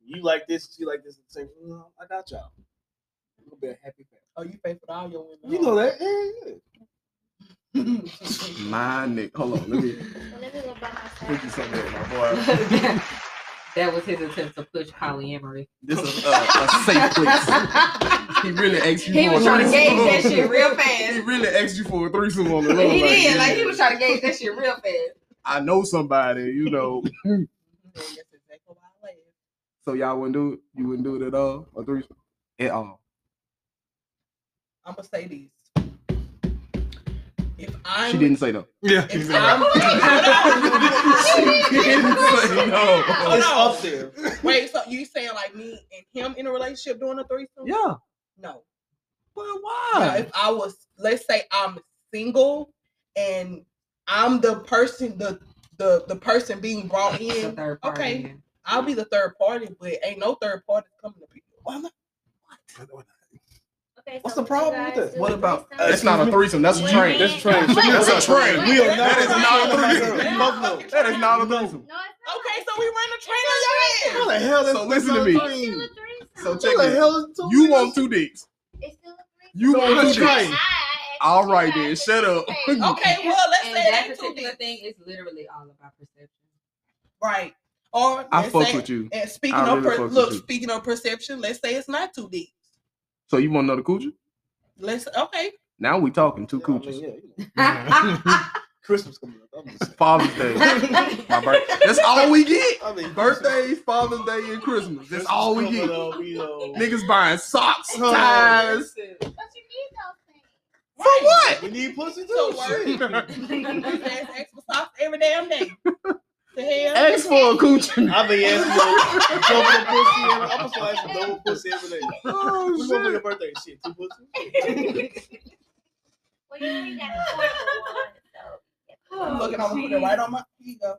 C: you like this, she like this, and say, well, I got y'all. You'll be a happy family.
D: Oh, you pay for all your women.
C: You know that? Yeah, yeah.
B: *laughs* My nigga, hold on, let me
E: Well, let me go by
B: put you
E: myself.
B: something, my boy.
F: *laughs* that was his attempt to push polyamory.
B: This is a, a safe place. He
F: *laughs*
B: really asked you.
F: he
B: for
F: was
B: a
F: trying to gauge
B: threesome.
F: *laughs* that shit real
B: *laughs* He
F: fast.
B: really asked you for a threesome on the low.
F: He did,
B: yeah,
F: like he was trying to gauge that shit real fast.
B: I know somebody, you
F: *laughs*
B: know.
D: Mm-hmm. That's exactly why I laugh.
B: So y'all wouldn't do it. You wouldn't do it at all. A threesome at all.
D: I'm gonna say this. If I'm,
B: She didn't say no.
G: Yeah.
B: *laughs*
D: If I'm,
B: She
D: *laughs*
B: didn't say no.
D: Hold
C: It's
D: on.
C: up there.
D: wait, so you saying like me and him in a relationship doing a threesome?
B: Yeah,
D: No.
B: but
D: Now,
B: why?
D: if I was, let's say I'm single and I'm the person, the the the person being brought
F: The
D: in,
F: third party.
D: Okay. I'll be the third party, but ain't no third party coming to people. Why not?
E: Okay,
C: What's
E: so
C: the problem with that?
B: What about-
E: That's
B: That's not a threesome. That's a
E: Wait, wait.
B: train. That's
G: That's
B: a
G: train.
B: train. We are not. That is not a threesome.
D: Yeah.
B: You must know. That is not a threesome.
E: No,
D: Okay,
E: it's
D: so we ran a train on
C: How
D: your ass.
C: the hell is
B: So listen to me.
E: not. It's still a threesome.
B: So check
C: What the
B: it.
C: hell is two
B: You
C: niggas?
B: want two dicks.
E: It's still a threesome.
B: You
E: So
B: want
E: I-
B: two dicks.
E: I- I
B: All
E: actually
B: right
E: tried
B: then,
E: to
B: shut up. *laughs*
E: participate.
D: Okay, well let's
F: And
D: say
F: that
D: that two
F: particular
D: dicks.
F: thing is literally all
D: *laughs*
F: about *laughs* perception.
D: right? Or
B: I
D: let's
B: fuck
D: say-
B: with you.
D: And speaking
B: I
D: of
B: really
D: per-
B: fuck with
D: look,
B: you.
D: speaking of perception, let's say it's not two dicks.
B: So you want another coochie?
D: Let's okay.
B: Now we talking two
C: Yeah, I mean,
B: coochies.
C: yeah, you know,
F: I
C: Christmas coming up. I'm just
B: Father's Day, my birthday. That's all we get.
C: I mean,
B: Birthdays, Father's Day, and Christmas. That's
C: Christmas
B: all we
C: coming
B: get.
C: up, you know.
B: Niggas buying socks,
C: Oh.
B: ties. *laughs*
E: But you need those things.
D: For what?
C: We need pussy
D: So
C: too. Shit.
D: That's extra sauce every damn day. The hell?
B: Ask for a coochie.
C: I've been asking for double pussy. every- I'm supposed to ask for double pussy every day.
B: Oh,
C: What's up for
B: shit.
C: your birthday? Shit, two pussy.
E: Well, you need that affordable one,
B: *laughs*
E: so.
F: Oh,
D: I'm looking, I'm gonna put it right on my. Here you go.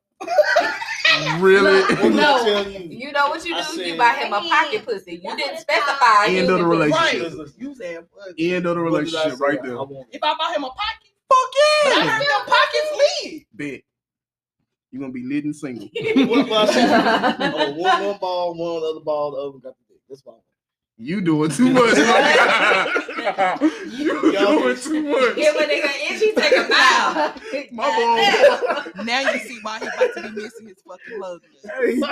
B: Really?
C: What did I
F: No.
C: tell you?
F: You know what you
C: I
F: do? you
C: said-
F: buy him a pocket pussy. You didn't specify.
B: End
F: it
B: of
F: was
B: the
F: a pussy.
B: relationship.
D: Right. Use that.
B: End of the
C: What did I
B: relationship
C: say?
B: right
C: I
B: there.
C: want
D: If I buy him a pocket, fuck yeah. But I heard them pockets leave.
B: Bet. you going to be lit and single.
C: *laughs*
F: *laughs*
C: What *laughs* about you? Oh, one, one ball, one other ball, the other got the dick. That's why.
B: You doing too *laughs* much.
E: *laughs*
B: you doing too
F: Give a
B: much.
F: nigga an inch, he take a *laughs* mile.
B: My boy.
D: Now you see why he's about to be missing his fucking love. again.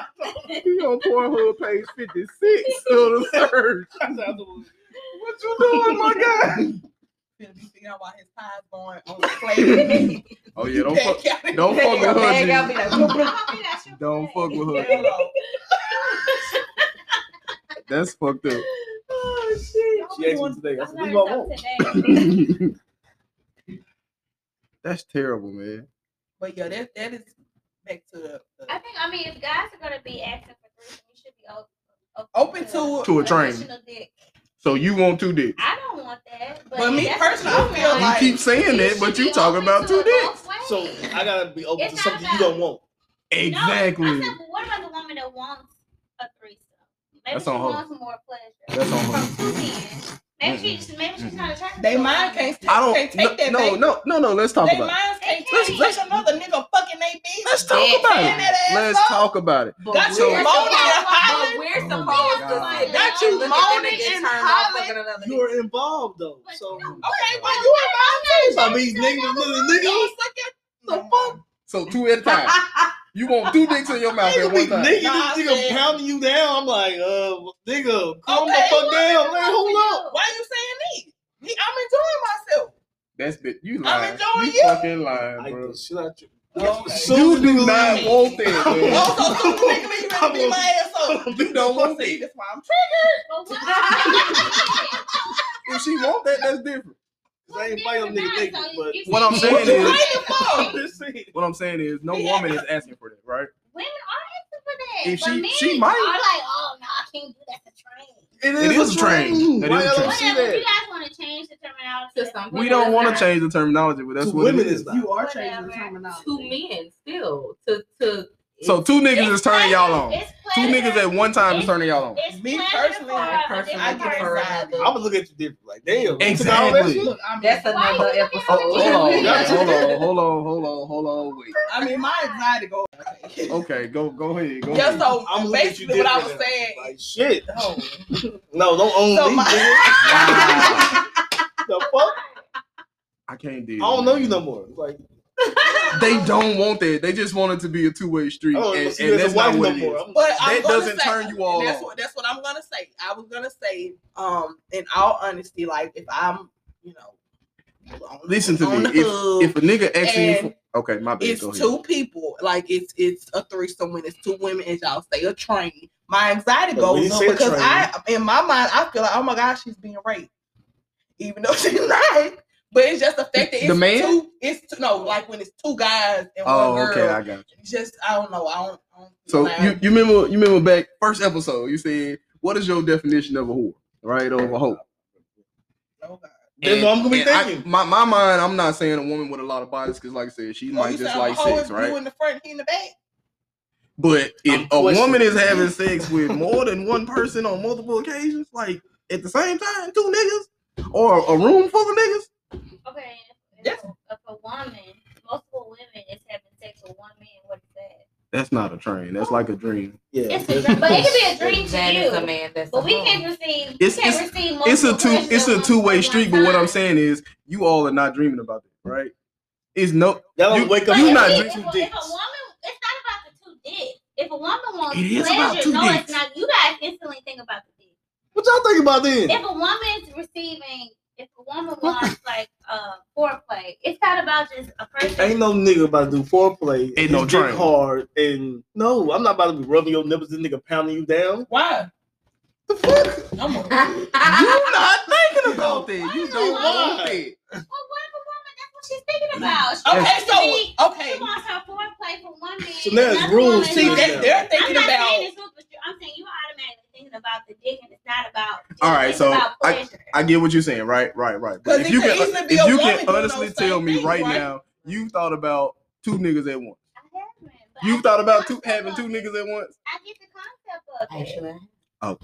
B: Hey, he on Pornhub page 56 of the
E: *laughs*
B: search. What you doing, Oh my guy?
D: Finna be figuring out why his tie's going on the plate.
B: *laughs* Oh yeah, don't fuck,
D: Back out of-
B: don't fuck
F: Take a
B: with
F: bag out,
B: her.
F: be
B: G.
F: like,
E: Homie, that's your
B: *laughs* Don't fuck
E: thing.
B: with her.
D: Hello.
B: That's
E: *laughs*
B: fucked up.
F: Oh shit.
C: She asked me today. I
E: I learned
C: said, "What do I want?"
E: something
B: *laughs*
E: today.
B: That's terrible, man.
D: But yeah, that that is back to the, the-
E: I think I mean if guys are gonna be asking for threesome, you should be open,
D: Open to-
B: To a train.
E: additional dick.
B: So you want two dicks?
E: I don't want that. But,
D: But me
E: that's
D: personally,
E: what
D: I feel
E: want.
B: You
D: like-
B: keep saying that,
E: should
B: but
E: be
B: you talking
E: open
B: about
E: to
B: two
E: it
B: dicks?
E: both ways.
C: So I gotta be open
E: It's
C: to
E: not
C: something you
E: about-
C: don't want.
E: No, I
B: Exactly.
E: said, well, what about the woman that wants a threesome? Maybe
B: That's
E: she
B: on her.
E: wants more pleasure.
B: That's on her.
E: From two men. Maybe she's maybe she's not attracted.
D: they
E: to a
D: mind
E: woman.
D: can't,
B: I don't.
D: can't take that.
B: No, no,
D: baby.
B: no, no, no. Let's talk
D: They
B: about it.
D: minds can't
E: Let's-
D: take
B: let's-
D: another nigga fucking they bitch.
B: Let's talk
F: Yeah.
B: about
D: Tearing
B: it.
D: that ass
B: Let's
D: up.
B: talk about it.
F: But
D: Got you
F: we're
D: moaning and
F: *laughs* supposed,
D: hollering.
F: but
B: Oh,
F: we're supposed
B: my
F: to
B: God.
F: sit down
D: Got you
F: and look at them
D: moaning
F: get
D: and
F: turned off
D: hollering.
F: fucking another
C: You
F: nigga.
C: are involved though.
E: But
C: So
E: no.
D: Okay, well you ain't
C: I
D: about
C: mean, niggas, niggas,
D: to. You
C: niggas.
D: suck it.
C: The fuck?
B: So two at a
D: *laughs*
B: time. You want two dicks in your mouth at
C: Nigga be
B: one time.
C: nigga,
D: Nah,
C: this
D: I
C: nigga
D: said-
C: pounding you down. I'm like, uh, nigga, calm
D: Okay,
C: the fuck
E: what
C: down,
E: the
C: man.
E: fuck
C: Hold
E: you
C: up.
E: do?
D: Why you saying me? Me, I'm enjoying myself.
B: That's bit. You
D: I'm
B: lying.
D: enjoying
B: you,
D: you.
B: fucking
C: I
B: lying, bro.
C: the shit out you.
D: Okay.
C: So
B: You do
C: nigga,
B: not
C: leave.
B: want that, *laughs* man.
D: Oh, so soon as nigga me ready to beat my ass up.
B: You don't want that.
D: See, that's why I'm trying.
E: But what?
B: If she want that, that's different.
C: I ain't fighting them nigga, nigga, but *laughs*
E: *laughs*
B: What I'm saying
D: What you
B: is-
D: waiting
C: I'm
D: for?
C: just saying.
B: What I'm saying is, no
D: Yeah.
B: woman is asking for that, right?
E: Women are asking for that.
B: If
E: but
B: she-
E: men
B: she might.
E: Are like, oh no, I can't do that to train.
B: It is a train. It
C: Why
B: is a
C: y'all
B: train.
C: don't see
E: Whatever. You
C: that?
E: guys want to change the terminology.
F: To some
B: We
F: people,
B: don't
F: it's
B: want
F: not.
B: to change the terminology, but that's
C: To
B: what it
C: women
B: is.
C: is not.
D: You are
E: Whatever.
D: changing the terminology.
F: Two men still to to
B: So two niggas is turning y'all on.
E: It's
B: Two niggas at one time is turning y'all on.
E: It's
D: Me
E: pleasure
D: personally,
E: for
D: I
E: a
F: personally
E: different
D: prefer
E: person.
F: the-
C: I would look at you different. Like, damn. you took all that
B: Exactly.
D: Look, I mean,
F: That's
E: Why
F: another
E: you
F: episode.
E: looking
B: Oh, Hold
E: at
B: on,
E: me?
B: guys, hold on, hold on, hold on, hold on. Wait.
D: I mean, my anxiety goes.
B: Okay, go, go ahead, go
D: Yeah,
B: ahead.
D: so
C: I'm looking at you
D: basically what I was
C: different now.
D: saying.
C: Like, shit.
D: Oh,
B: *laughs*
C: No, don't own
D: So
C: me.
D: my-
E: *laughs*
C: nigga.
B: Wow.
C: the fuck?
B: I can't
C: I
B: deal.
C: don't know
B: man.
C: you no more. Like,
B: They don't want that. They just want it to be a two way street,
C: I don't
B: and,
C: Oh, see
B: and
C: you as
B: that's
C: a wife
B: not
C: no
B: what it
C: more.
B: is.
C: I'm-
D: but I'm
B: That
D: gonna
B: doesn't
D: say-
B: turn you all
D: That's
B: on.
D: what that's what I'm gonna say. I was gonna say, um, in all honesty, like if I'm, you know, on-
B: Listen to
D: on
B: me.
D: the hood,
B: If if a nigga asking you,
D: and
B: for, okay, my bad.
D: it's
B: Go ahead.
D: two people. Like it's it's a threesome when it's two women and y'all say a train. My anxiety
C: But when
D: goes
C: you
D: up
C: say a
D: because
C: train-
D: I in my mind I feel like oh my gosh she's being raped, even though *laughs* she's not. But it's just the fact that
B: The
D: it's
B: man?
D: two. It's two, no like when it's two guys and one
B: Oh,
D: girl.
B: okay, I got you.
D: just I don't know. I don't. I don't
B: So
D: like,
B: you, you remember you remember back first episode. You said, "What is your definition of a whore?" Right over a hoe.
D: oh, God.
C: That's what I'm gonna be
B: and I-
C: thinking.
B: my my mind, I'm not saying a woman with a lot of bodies because, like I said, she
D: Oh,
B: might
D: you
B: just
D: said
B: like
D: a hoe
B: sex,
D: is
B: right?
D: You in the front, he in the back.
B: But if
C: I'm
B: a woman
C: questioning.
B: is having sex with more than one person on multiple occasions, like at the same time, two niggas or a room full of niggas,
E: Okay, if,
D: Yes.
E: if a woman, multiple women is having sex with one man, what is that?
B: that's not a train. That's like a dream.
C: Yeah.
E: It's a dream, but it could be a dream
F: That is a
E: to you.
F: man. That's a
E: But we
F: hoe.
E: can't *laughs*
F: *laughs*
E: receive.
B: Um, It's-
E: we can't
B: it's-
E: receive
B: It's a
E: multiple
B: two.
E: women
B: It's
E: at
B: a
E: one-
B: two way
E: at one
B: street. But what I'm
E: time.
B: saying is, you all are not dreaming about that, right? It's no.
C: *laughs* Y'all don't
B: You-
C: wake up
E: But
B: you
E: if
B: not
E: we-
B: drinking
E: if, a- if a woman, it's not about the two dicks. If a woman wants
B: It is
E: pleasure,
B: about two
E: no,
B: dicks.
E: it's not. You guys instantly think about the dick.
C: What y'all think about then?
E: If a woman's receiving, if a woman wants like uh foreplay, it's not about just a person.
C: Ain't no nigga about to do foreplay.
B: Ain't no
C: His dick
B: train.
C: hard and no, I'm not about to be rubbing your nipples. This nigga pounding you down.
D: Why?
C: The fuck?
D: I'm a,
B: You're not thinking about that. You don't
E: Why?
B: want that.
E: Well, what if a woman? That's what she's thinking about. She
D: okay,
E: wants to be-
D: so okay.
E: She wants her foreplay from one man.
C: So now it's
E: another
C: rules
E: woman-
C: to
D: See, they, they're
E: I'm
D: thinking
E: not
D: about.
E: saying it's rules, but you- I'm saying you automatically thinking about the dick, and it's not about. it's
B: All right,
E: just
B: so
E: about
B: I-
E: pleasure.
B: I get what you're saying, right, right, right. But
D: 'Cause
B: if
D: it
B: you
D: could
B: can,
D: easily be
B: if
D: a
B: you
D: woman
B: can
D: doing
B: honestly
D: those
B: tell
D: same
B: me
D: things,
B: right
D: right?
B: now, you thought about two niggas at once.
E: I haven't, but I
B: You
E: get
B: thought
E: the
B: about two
E: concept
B: having
E: of
B: two
E: it.
B: niggas at once.
E: I get the concept of it.
F: Actually,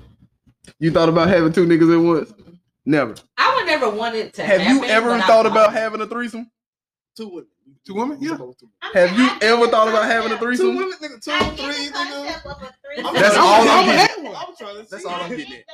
B: You thought about having two niggas at once. Never.
F: I would never want it to.
B: Have you
F: happen,
B: ever
F: but I
B: thought
F: want
B: about
F: it.
B: having a threesome?
C: Two women.
G: Two women? Yeah.
E: I'm
B: Have
E: saying *laughs*
B: you
E: I get
B: ever
E: the
B: thought about having a
E: concept.
C: Two
B: threesome?
C: women, nigga. Two,
E: I get
C: three,
E: the
C: nigga.
E: concept of a
C: I'm
E: threesome.
B: That's
C: trying-
B: all
C: I'm
B: I'm
C: trying-
B: getting.
C: I'm trying to see.
B: That's all I'm getting at.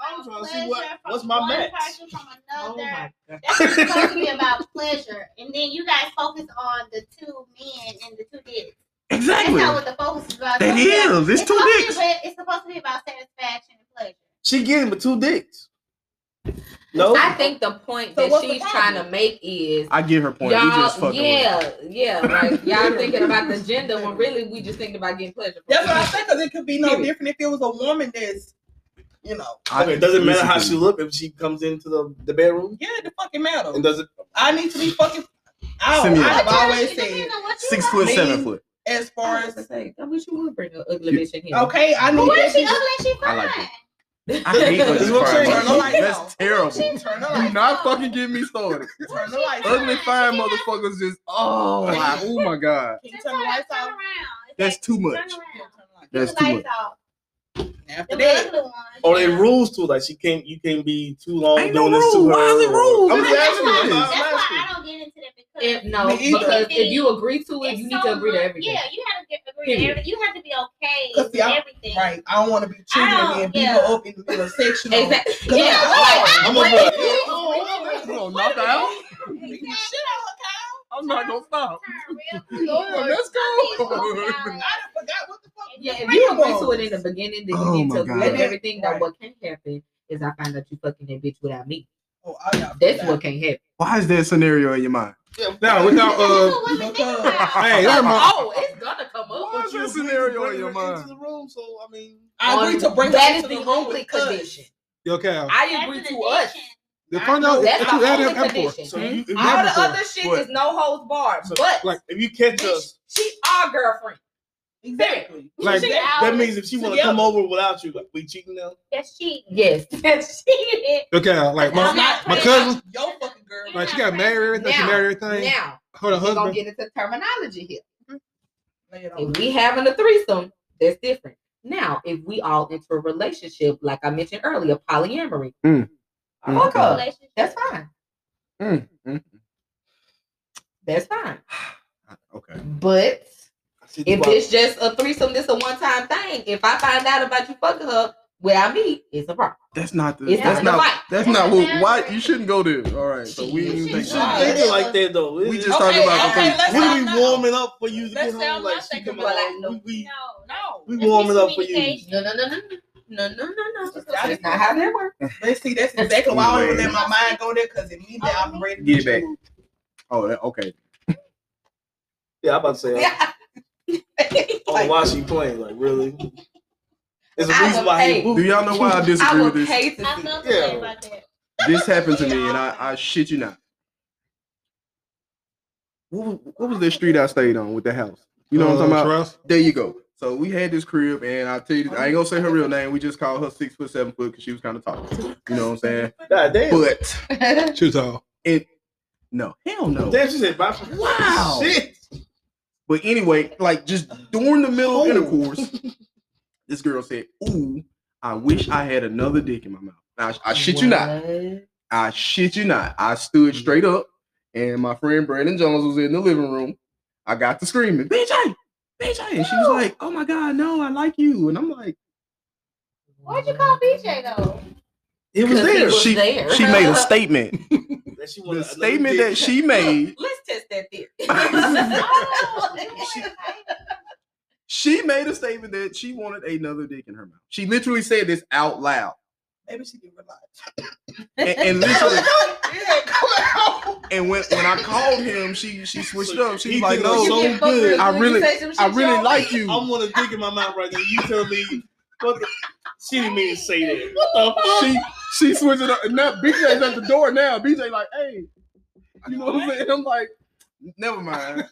E: I'm trying to see
C: what- what's
E: from
C: my
E: one
C: max?
E: person From
F: Oh
E: another.
F: my God.
E: That's just supposed to be about pleasure, and then you guys focus on the two men and the two dicks. That's
B: Exactly.
E: not what the focus is about.
B: That is. It's two
E: supposed to be
B: dicks.
E: about- It's supposed to be about satisfaction and pleasure.
C: She getting with two dicks.
B: oh.
C: No.
F: I think the point
D: So
F: that
D: what's the
F: she's
D: problem?
F: trying to make is
B: I get her point. We just
F: y'all,
B: fucking. with it.
F: yeah, yeah, like y'all thinking about the gender when really we just thinking about getting pleasure. from
D: That's what I
F: it.
D: think. Because it could be no
F: Period.
D: different if it was a woman that's, you know,
B: I-
C: okay, it doesn't matter how she
B: listen
C: look if she comes into the, the bedroom.
D: yeah, it fucking matter.
C: And does it?
D: I need to be fucking. I don't,
B: Simeon.
D: I've
E: But Josh,
D: always
E: it depends
D: said
E: on what you
B: to me. Six
E: like.
B: foot,
D: Me.
B: seven foot.
D: as far
F: I was
D: as
F: gonna say, I wish you would bring an ugly
B: You-
F: bitch in
D: *laughs*
F: here.
D: okay, I
E: But
D: need.
E: what if she
D: that-
E: ugly? and She
B: I
E: fine.
B: like it. I
F: *laughs*
B: hate when
C: That's
B: you
C: what I'm
B: cry
C: saying.
B: about
C: Turn the
B: that.
D: lights
B: That's
D: off.
B: terrible.
E: Turn the
B: Do
E: lights
B: not
E: off.
B: fucking get me started.
D: Turn the
E: She
D: lights
E: fine.
D: off.
B: Ugly fine motherfuckers just oh like, oh my god.
D: Can you
E: Just
D: turn the
E: turn-
D: lights
E: turn
D: off?
E: around. It's
B: That's
E: like,
B: too
E: turn
B: much.
D: Yeah, turn
E: around.
D: the lights
B: That's
E: Keep
B: too
E: the
B: much.
E: lights off.
D: off. After
E: The
D: that,
E: ugly ones.
C: Or they
E: yeah.
C: rules too. Like she can't. You can't be too long
B: Ain't no
C: doing this to
B: rules.
C: her.
B: Why is it
C: or-
B: rules?
C: I'm
E: That's
C: just asking.
E: why,
C: I'm
E: that's
C: not- I'm
E: why
C: asking.
E: I don't get into that because
F: If, no,
D: Me either.
F: because if you agree to it,
E: It's
F: you need
E: so
F: to agree to
E: much-
F: everything.
E: Yeah, you have to get, agree to
F: Period.
E: everything. You have to be okay
D: 'Cause
E: with
D: see, I'm-
E: everything.
D: right? I don't want to be cheating
E: I don't-
D: and beat
E: yeah.
D: her up in the middle of sexual.
F: Exactly.
D: Cause
B: *laughs*
F: Yeah,
E: Oh
D: I'm-
B: Oh,
F: like,
C: I'm gonna.
F: *laughs*
D: oh,
B: You gonna knock out?
D: You
E: Exactly.
D: shit out,
B: I'm not gonna stop.
E: Turn real
B: *laughs* Come
E: quick.
B: on, let's
E: Some people
B: go.
E: don't
D: Kyle.
E: balance.
D: Oh, I done forgot what the fuck.
F: yeah, if
D: the
F: you
D: fuck
F: agree to
D: was.
F: it in the beginning, then you
B: Oh
F: need
B: my
F: to agree
B: God.
F: to everything. Now,
D: Right.
F: what can happen is I find out you fucking that bitch without me.
D: Oh, I got
F: That's what can happen.
B: Why is that scenario in your mind?
G: Now
E: That's
F: *laughs*
G: without
E: what
G: uh,
E: women think
D: because-
E: about.
G: hey, that remind-
F: Oh, it's gonna come
B: Why
F: up.
B: is that scenario in your
C: Into
B: mind?
C: the room, so I mean,
D: I agree to bring her
F: that is
D: into
F: the
D: the room
F: only
D: because-
F: condition.
G: yo, Cal.
F: I
E: That's
F: agree
E: an
F: to us.
E: addiction.
G: The find out
F: That's
G: that you
F: the
G: had
F: only
G: an airport.
F: condition.
C: so you, if, you
F: Hmm? All the
G: Before.
F: other shit
B: What?
F: is no holds barred,
C: So,
F: but
C: like, if you catch
F: bitch,
C: us,
F: she our girlfriend.
D: Exactly.
G: Like,
F: She
D: that-
F: our-
C: that means if she want to
D: Together.
C: come over without you, like, we cheating now.
E: That's cheating.
F: *laughs* yes.
E: That's cheating.
G: Yo, Cal. Like
E: I'm
G: my,
E: not
G: my
E: praying.
G: cousin.
D: Your fucking
E: You're
D: girl.
G: Like
E: not
G: she got
E: praying.
G: married everything. She
F: Now,
G: married everything.
F: Now
G: Her
F: we're gonna
G: husband.
F: get into terminology here.
D: Lay it on.
F: If we having a threesome, that's different. Now, if we all enter a relationship, like I mentioned earlier, polyamory,
B: Mm. Mm.
F: fuck up.
E: Relationship.
F: That's fine.
B: Mm, mm.
F: That's fine.
B: Okay.
F: But
C: See,
F: if
C: Dubai-
F: it's just a threesome, this a one time thing. If I find out about you fucking her without me, it's a problem.
B: That's not the.
F: It's
B: that's
F: not the
B: not.
F: fight.
B: That's
E: That's
B: not
E: the
B: what. Why
E: boundary.
B: you shouldn't go there. All right. So we
F: You
B: didn't
F: shouldn't
B: even
C: You
B: think
C: should
D: Why?
C: think it like that though.
B: We just
D: talked
F: Okay,
D: about-
F: okay,
D: okay,
F: let's
C: we
D: not-
F: not-
C: be warming up for you to
D: Let's
C: get
D: say
C: home.
D: I'm
C: Like
D: not
C: she
D: thinking
C: come
D: about
C: on,
F: that.
C: we we
E: No,
D: No.
C: we
E: That's
C: warming up for you.
E: miscommunication.
F: No, no, no, no, no, no, no, no, no.
D: That's
F: That's not how that works.
D: But see, that's exactly why I don't
B: Wait.
D: let my mind go there because immediately I'm ready to
B: Get it back. Oh, that, okay.
C: Yeah, I'm about
D: *laughs*
C: to say. Yeah.
F: *laughs* Yeah.
C: Oh,
F: Like,
C: why she playing? Like really? There's a
F: I
C: reason
F: would
C: why
F: pay.
C: he
B: Do
C: boo.
B: y'all know why I
F: I
B: disagree with
F: would
B: this?
F: pay to
E: I
F: see.
E: felt
C: Yeah.
E: yeah. about that.
B: This happened to me, and I, I shit you not. What was, what was that street I stayed on with the house? You know what I'm talking about?
G: Trust.
B: There you go. So we had this crib, and I tell you, I ain't gonna say her real name. We just called her six foot, seven foot, because she was kind of tall. You know what I'm saying?
C: God damn.
B: But
G: She was tall.
B: no, hell no.
C: Damn, she said bye. for-
B: Wow.
C: Shit.
B: But anyway, like just during the middle of
C: Ooh.
B: intercourse, this girl said, "Ooh, I wish I had another dick in my mouth." I, I shit you not. I shit you not. I stood straight up, and my friend Brandon Jones was in the living room. I got to screaming, "BJ, BJ!" And she was like, "Oh my god, no, I like you." And I'm like,
E: Why'd you call BJ though?
C: It was
F: Because he
C: there.
F: was
B: She-
F: there.
B: "She
F: *laughs*
B: made a statement.
C: That she wanted
B: the
C: another
B: statement
C: dick.
B: that she
F: Look,
B: made, *laughs*
F: let's test that
E: *laughs*
F: theory.
B: she made a statement that she wanted another dick in her mouth. She literally said this out loud,
D: Maybe she didn't realize.
B: and, and literally,
D: Yeah, come on.
B: and when when I called him, she she switched up. She was
C: He
B: like,
C: did so
B: "No,
C: good.
B: I really- I really like you."
C: I want a dick in my mouth right now. You tell me. What the, *laughs* she didn't mean to say that. What *laughs* the
B: she
C: fuck?
B: she switched it up. And now BJ's at the door now. BJ like, hey, you know what I'm saying? I'm like, never mind.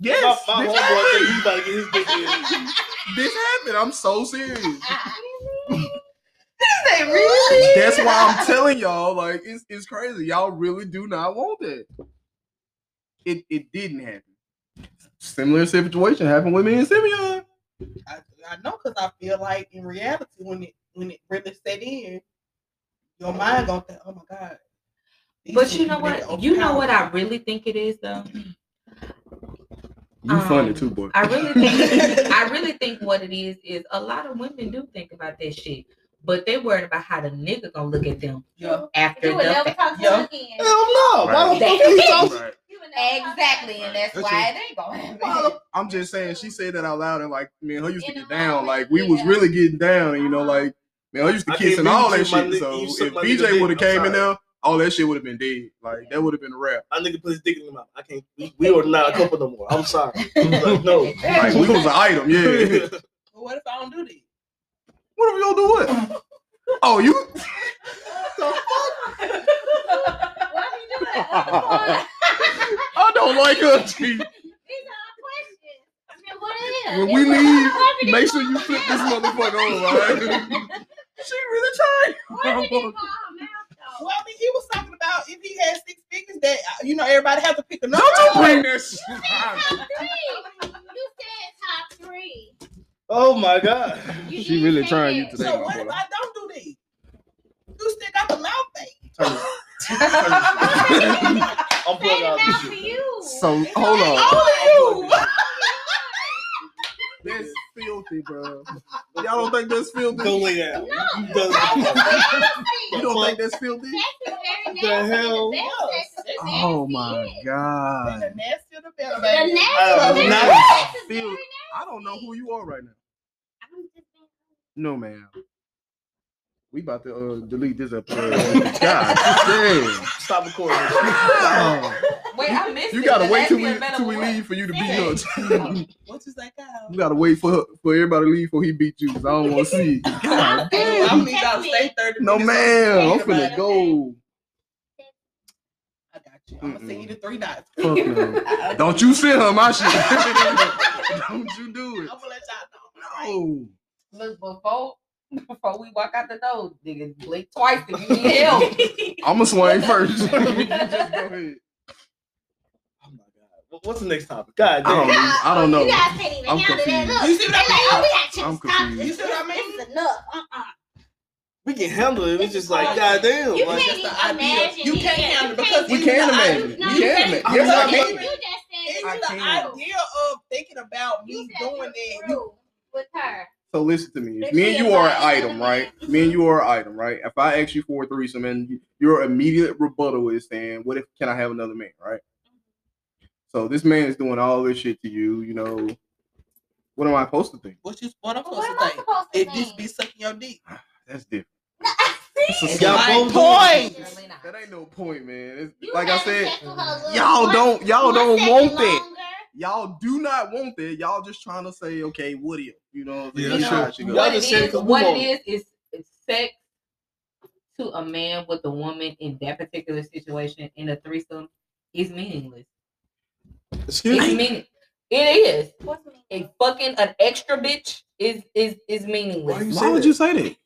B: Yes,
C: my, my
B: this,
C: homeboy think he about to get his dick in.
B: this happened. I'm so serious.
F: They really?
B: That's why I'm telling y'all, like, it's it's crazy. Y'all really do not want that. It it didn't happen. Similar situation happened with me and Simeon.
D: I, I know because I feel like in reality when it when it really set in, your mind gonna think, oh my god. these
F: *laughs* But
D: two
F: you know
D: people, they
F: what? You know what I
D: overpowered
F: really think it is though.
B: You funny
F: Um,
B: too, boy.
F: I
B: *laughs*
F: really think *laughs* I really think what it is is a lot of women do think about that shit, but they worried about how the nigga gonna look at them
D: me. Yeah.
F: after
E: You would never
F: the
E: talk to
D: Yeah.
E: him again.
C: Hell no. Why the fuck
F: Right.
D: *laughs*
C: he talking?
B: Right.
E: You would never talk to him.
F: exactly, and that's
G: That's
F: why it ain't gonna happen.
B: I'm just saying, she said that out loud, and like, man, her used to
E: In
B: get
E: the
B: down.
E: moment,
B: Like, we was
E: yeah.
B: really getting down, and you know,
E: Uh-huh.
B: like, man, I used to
C: I
B: kiss and
C: can't believe
B: all
C: you
B: that
C: suck
B: shit.
C: my
B: So
C: ni- you
B: if
C: suck my
B: BJ
C: nigga
B: would have
C: dick, I'm
B: came in
C: sorry.
B: there, all that shit would have been dead. Like, that would have been a wrap.
C: I nigga put his dick in my mouth. I can't. We, we are not a couple no more. I'm sorry. Like, *laughs* no.
B: Like, we was an item,
C: *laughs*
B: yeah.
D: But what if I don't do this?
B: what if you don't do what? Oh, you?
E: Why are you doing
B: *laughs*
E: that?
B: I don't like her. G.
E: These are our questions. I mean, what it is?
B: When we
E: It's what
B: leave,
E: happening.
B: make sure you flip this motherfucker
E: *laughs*
B: over. all right? she really tried.
E: Why did he call her mouth
D: Well, I mean, he was talking about if he had six figures that uh, you know everybody has to pick a number.
B: Don't you bring that
E: *laughs*
B: shit.
E: though? Top three. You said top three.
C: Oh my god.
E: You
B: She
E: didn't
B: really
E: say
B: trying you
E: that.
B: today.
D: So what if I don't do this? You still got the mouth
B: *laughs*
D: thing. *laughs*
C: I'm
E: Say
C: pulling
E: the
C: out
E: mouth
C: this
E: for
C: shit.
E: you.
B: So, hold on.
D: Oh, you.
B: That's filthy, bro. Y'all don't think that's filthy?
C: Go lay down.
E: No.
C: You
E: That was
C: done.
E: nasty.
B: You don't think that's filthy?
E: That's very nasty.
C: The hell?
E: That's- that's nasty.
D: And
B: Oh god.
D: *laughs* the nastier the better,
E: The
D: baby.
E: nasty-
B: Uh,
C: Oh,
E: the nasty is
C: no.
E: very
B: Feel-
E: nasty.
B: I don't know who you are right now.
E: I'm just being
B: No, ma'am. We about to uh, delete this *laughs* episode. god damn.
C: Stop recording.
B: Oh.
F: *laughs* Wait, I missed
B: You
F: it.
B: gotta
F: The
B: wait till we
F: lesbian better
B: till we
F: what?
B: leave for you to beat her.
D: What you say, Kyle?
B: *laughs* you gotta wait for her, for everybody to leave before he beat you. 'cause I don't want to see. it. God
D: Hey,
B: damn.
D: I'm need y'all to stay 30
B: No,
D: minutes.
B: ma'am. I'm finna go.
D: I got you. I'm gonna send you the three dots.
B: Fuck no. Don't you send her my shit. *laughs* don't you do
D: I'm
B: it.
D: gonna let y'all know.
B: No.
F: Look, before *laughs* before we walk out the door, nigga, blink twice if you need
C: *laughs*
F: help.
B: *laughs* I'm gonna swing first. You just go ahead.
C: Oh my god. Wh- What's the next topic? God
B: I don't,
C: damn.
B: I don't know.
E: You guys can't even
B: I'm
E: handle
B: confused.
E: that. Look,
D: You see what I
E: they like, oh,
D: mean?
E: we got chicken
B: I'm
E: stop.
B: confused.
D: You see what I mean?
E: This is enough. Uh-uh.
C: We can handle it. It's just like,
E: You
C: God damn.
E: You
C: Like,
E: can't
D: just
E: even
D: the idea.
E: imagine.
D: You
E: it.
D: can't
E: Yeah,
D: handle
E: you
D: because
E: can't
D: we
E: even-
B: can't
E: No,
B: imagine it.
E: no,
B: We
E: you
B: can't
E: can't- you
B: imagine- Yes, I
E: just-
B: can.
E: You just said
D: It's
E: you
D: the
E: can't.
D: idea of thinking about
E: You
D: me
E: said
D: doing
E: you're
D: that. You
E: through with her.
B: So listen to me.
E: They
B: If me and
E: can't
B: you are an
E: lie.
B: item, right? Me and you are an item, right? If I ask you for a threesome and you- your immediate rebuttal is saying, "What if can I have another man?" Right? So this man is doing all this shit to you. You know, what am I supposed to think?
D: What you what I'm
E: But
D: supposed
E: What am
D: to
E: I
D: think?
E: supposed to
D: If this
E: think?
D: be sucking your dick.
B: That's different.
E: See?
B: It's
C: Y'all
D: my
C: both
D: point.
F: Surely not.
B: That ain't no point, man. It's,
E: You
B: like I
E: having
B: said,
E: sex with her a little
B: y'all
E: one-
B: don't, y'all
E: one
B: don't
E: second
B: want that.
E: longer.
B: Y'all do not want that. Y'all just trying to say, okay, Woody, you know,
G: Yeah,
B: you
G: that's
B: know
G: true.
B: how she
C: Y'all
B: go.
F: what it
C: just said it
F: is,
C: 'cause we
F: what
C: won't.
F: it is, is it's sex to a man with a woman in that particular situation in a threesome is meaningless.
C: Excuse
F: It's
C: me.
F: meaning. It is.
E: What's me?
F: A fucking an extra bitch is is is meaningless.
C: you
B: Why would you say that?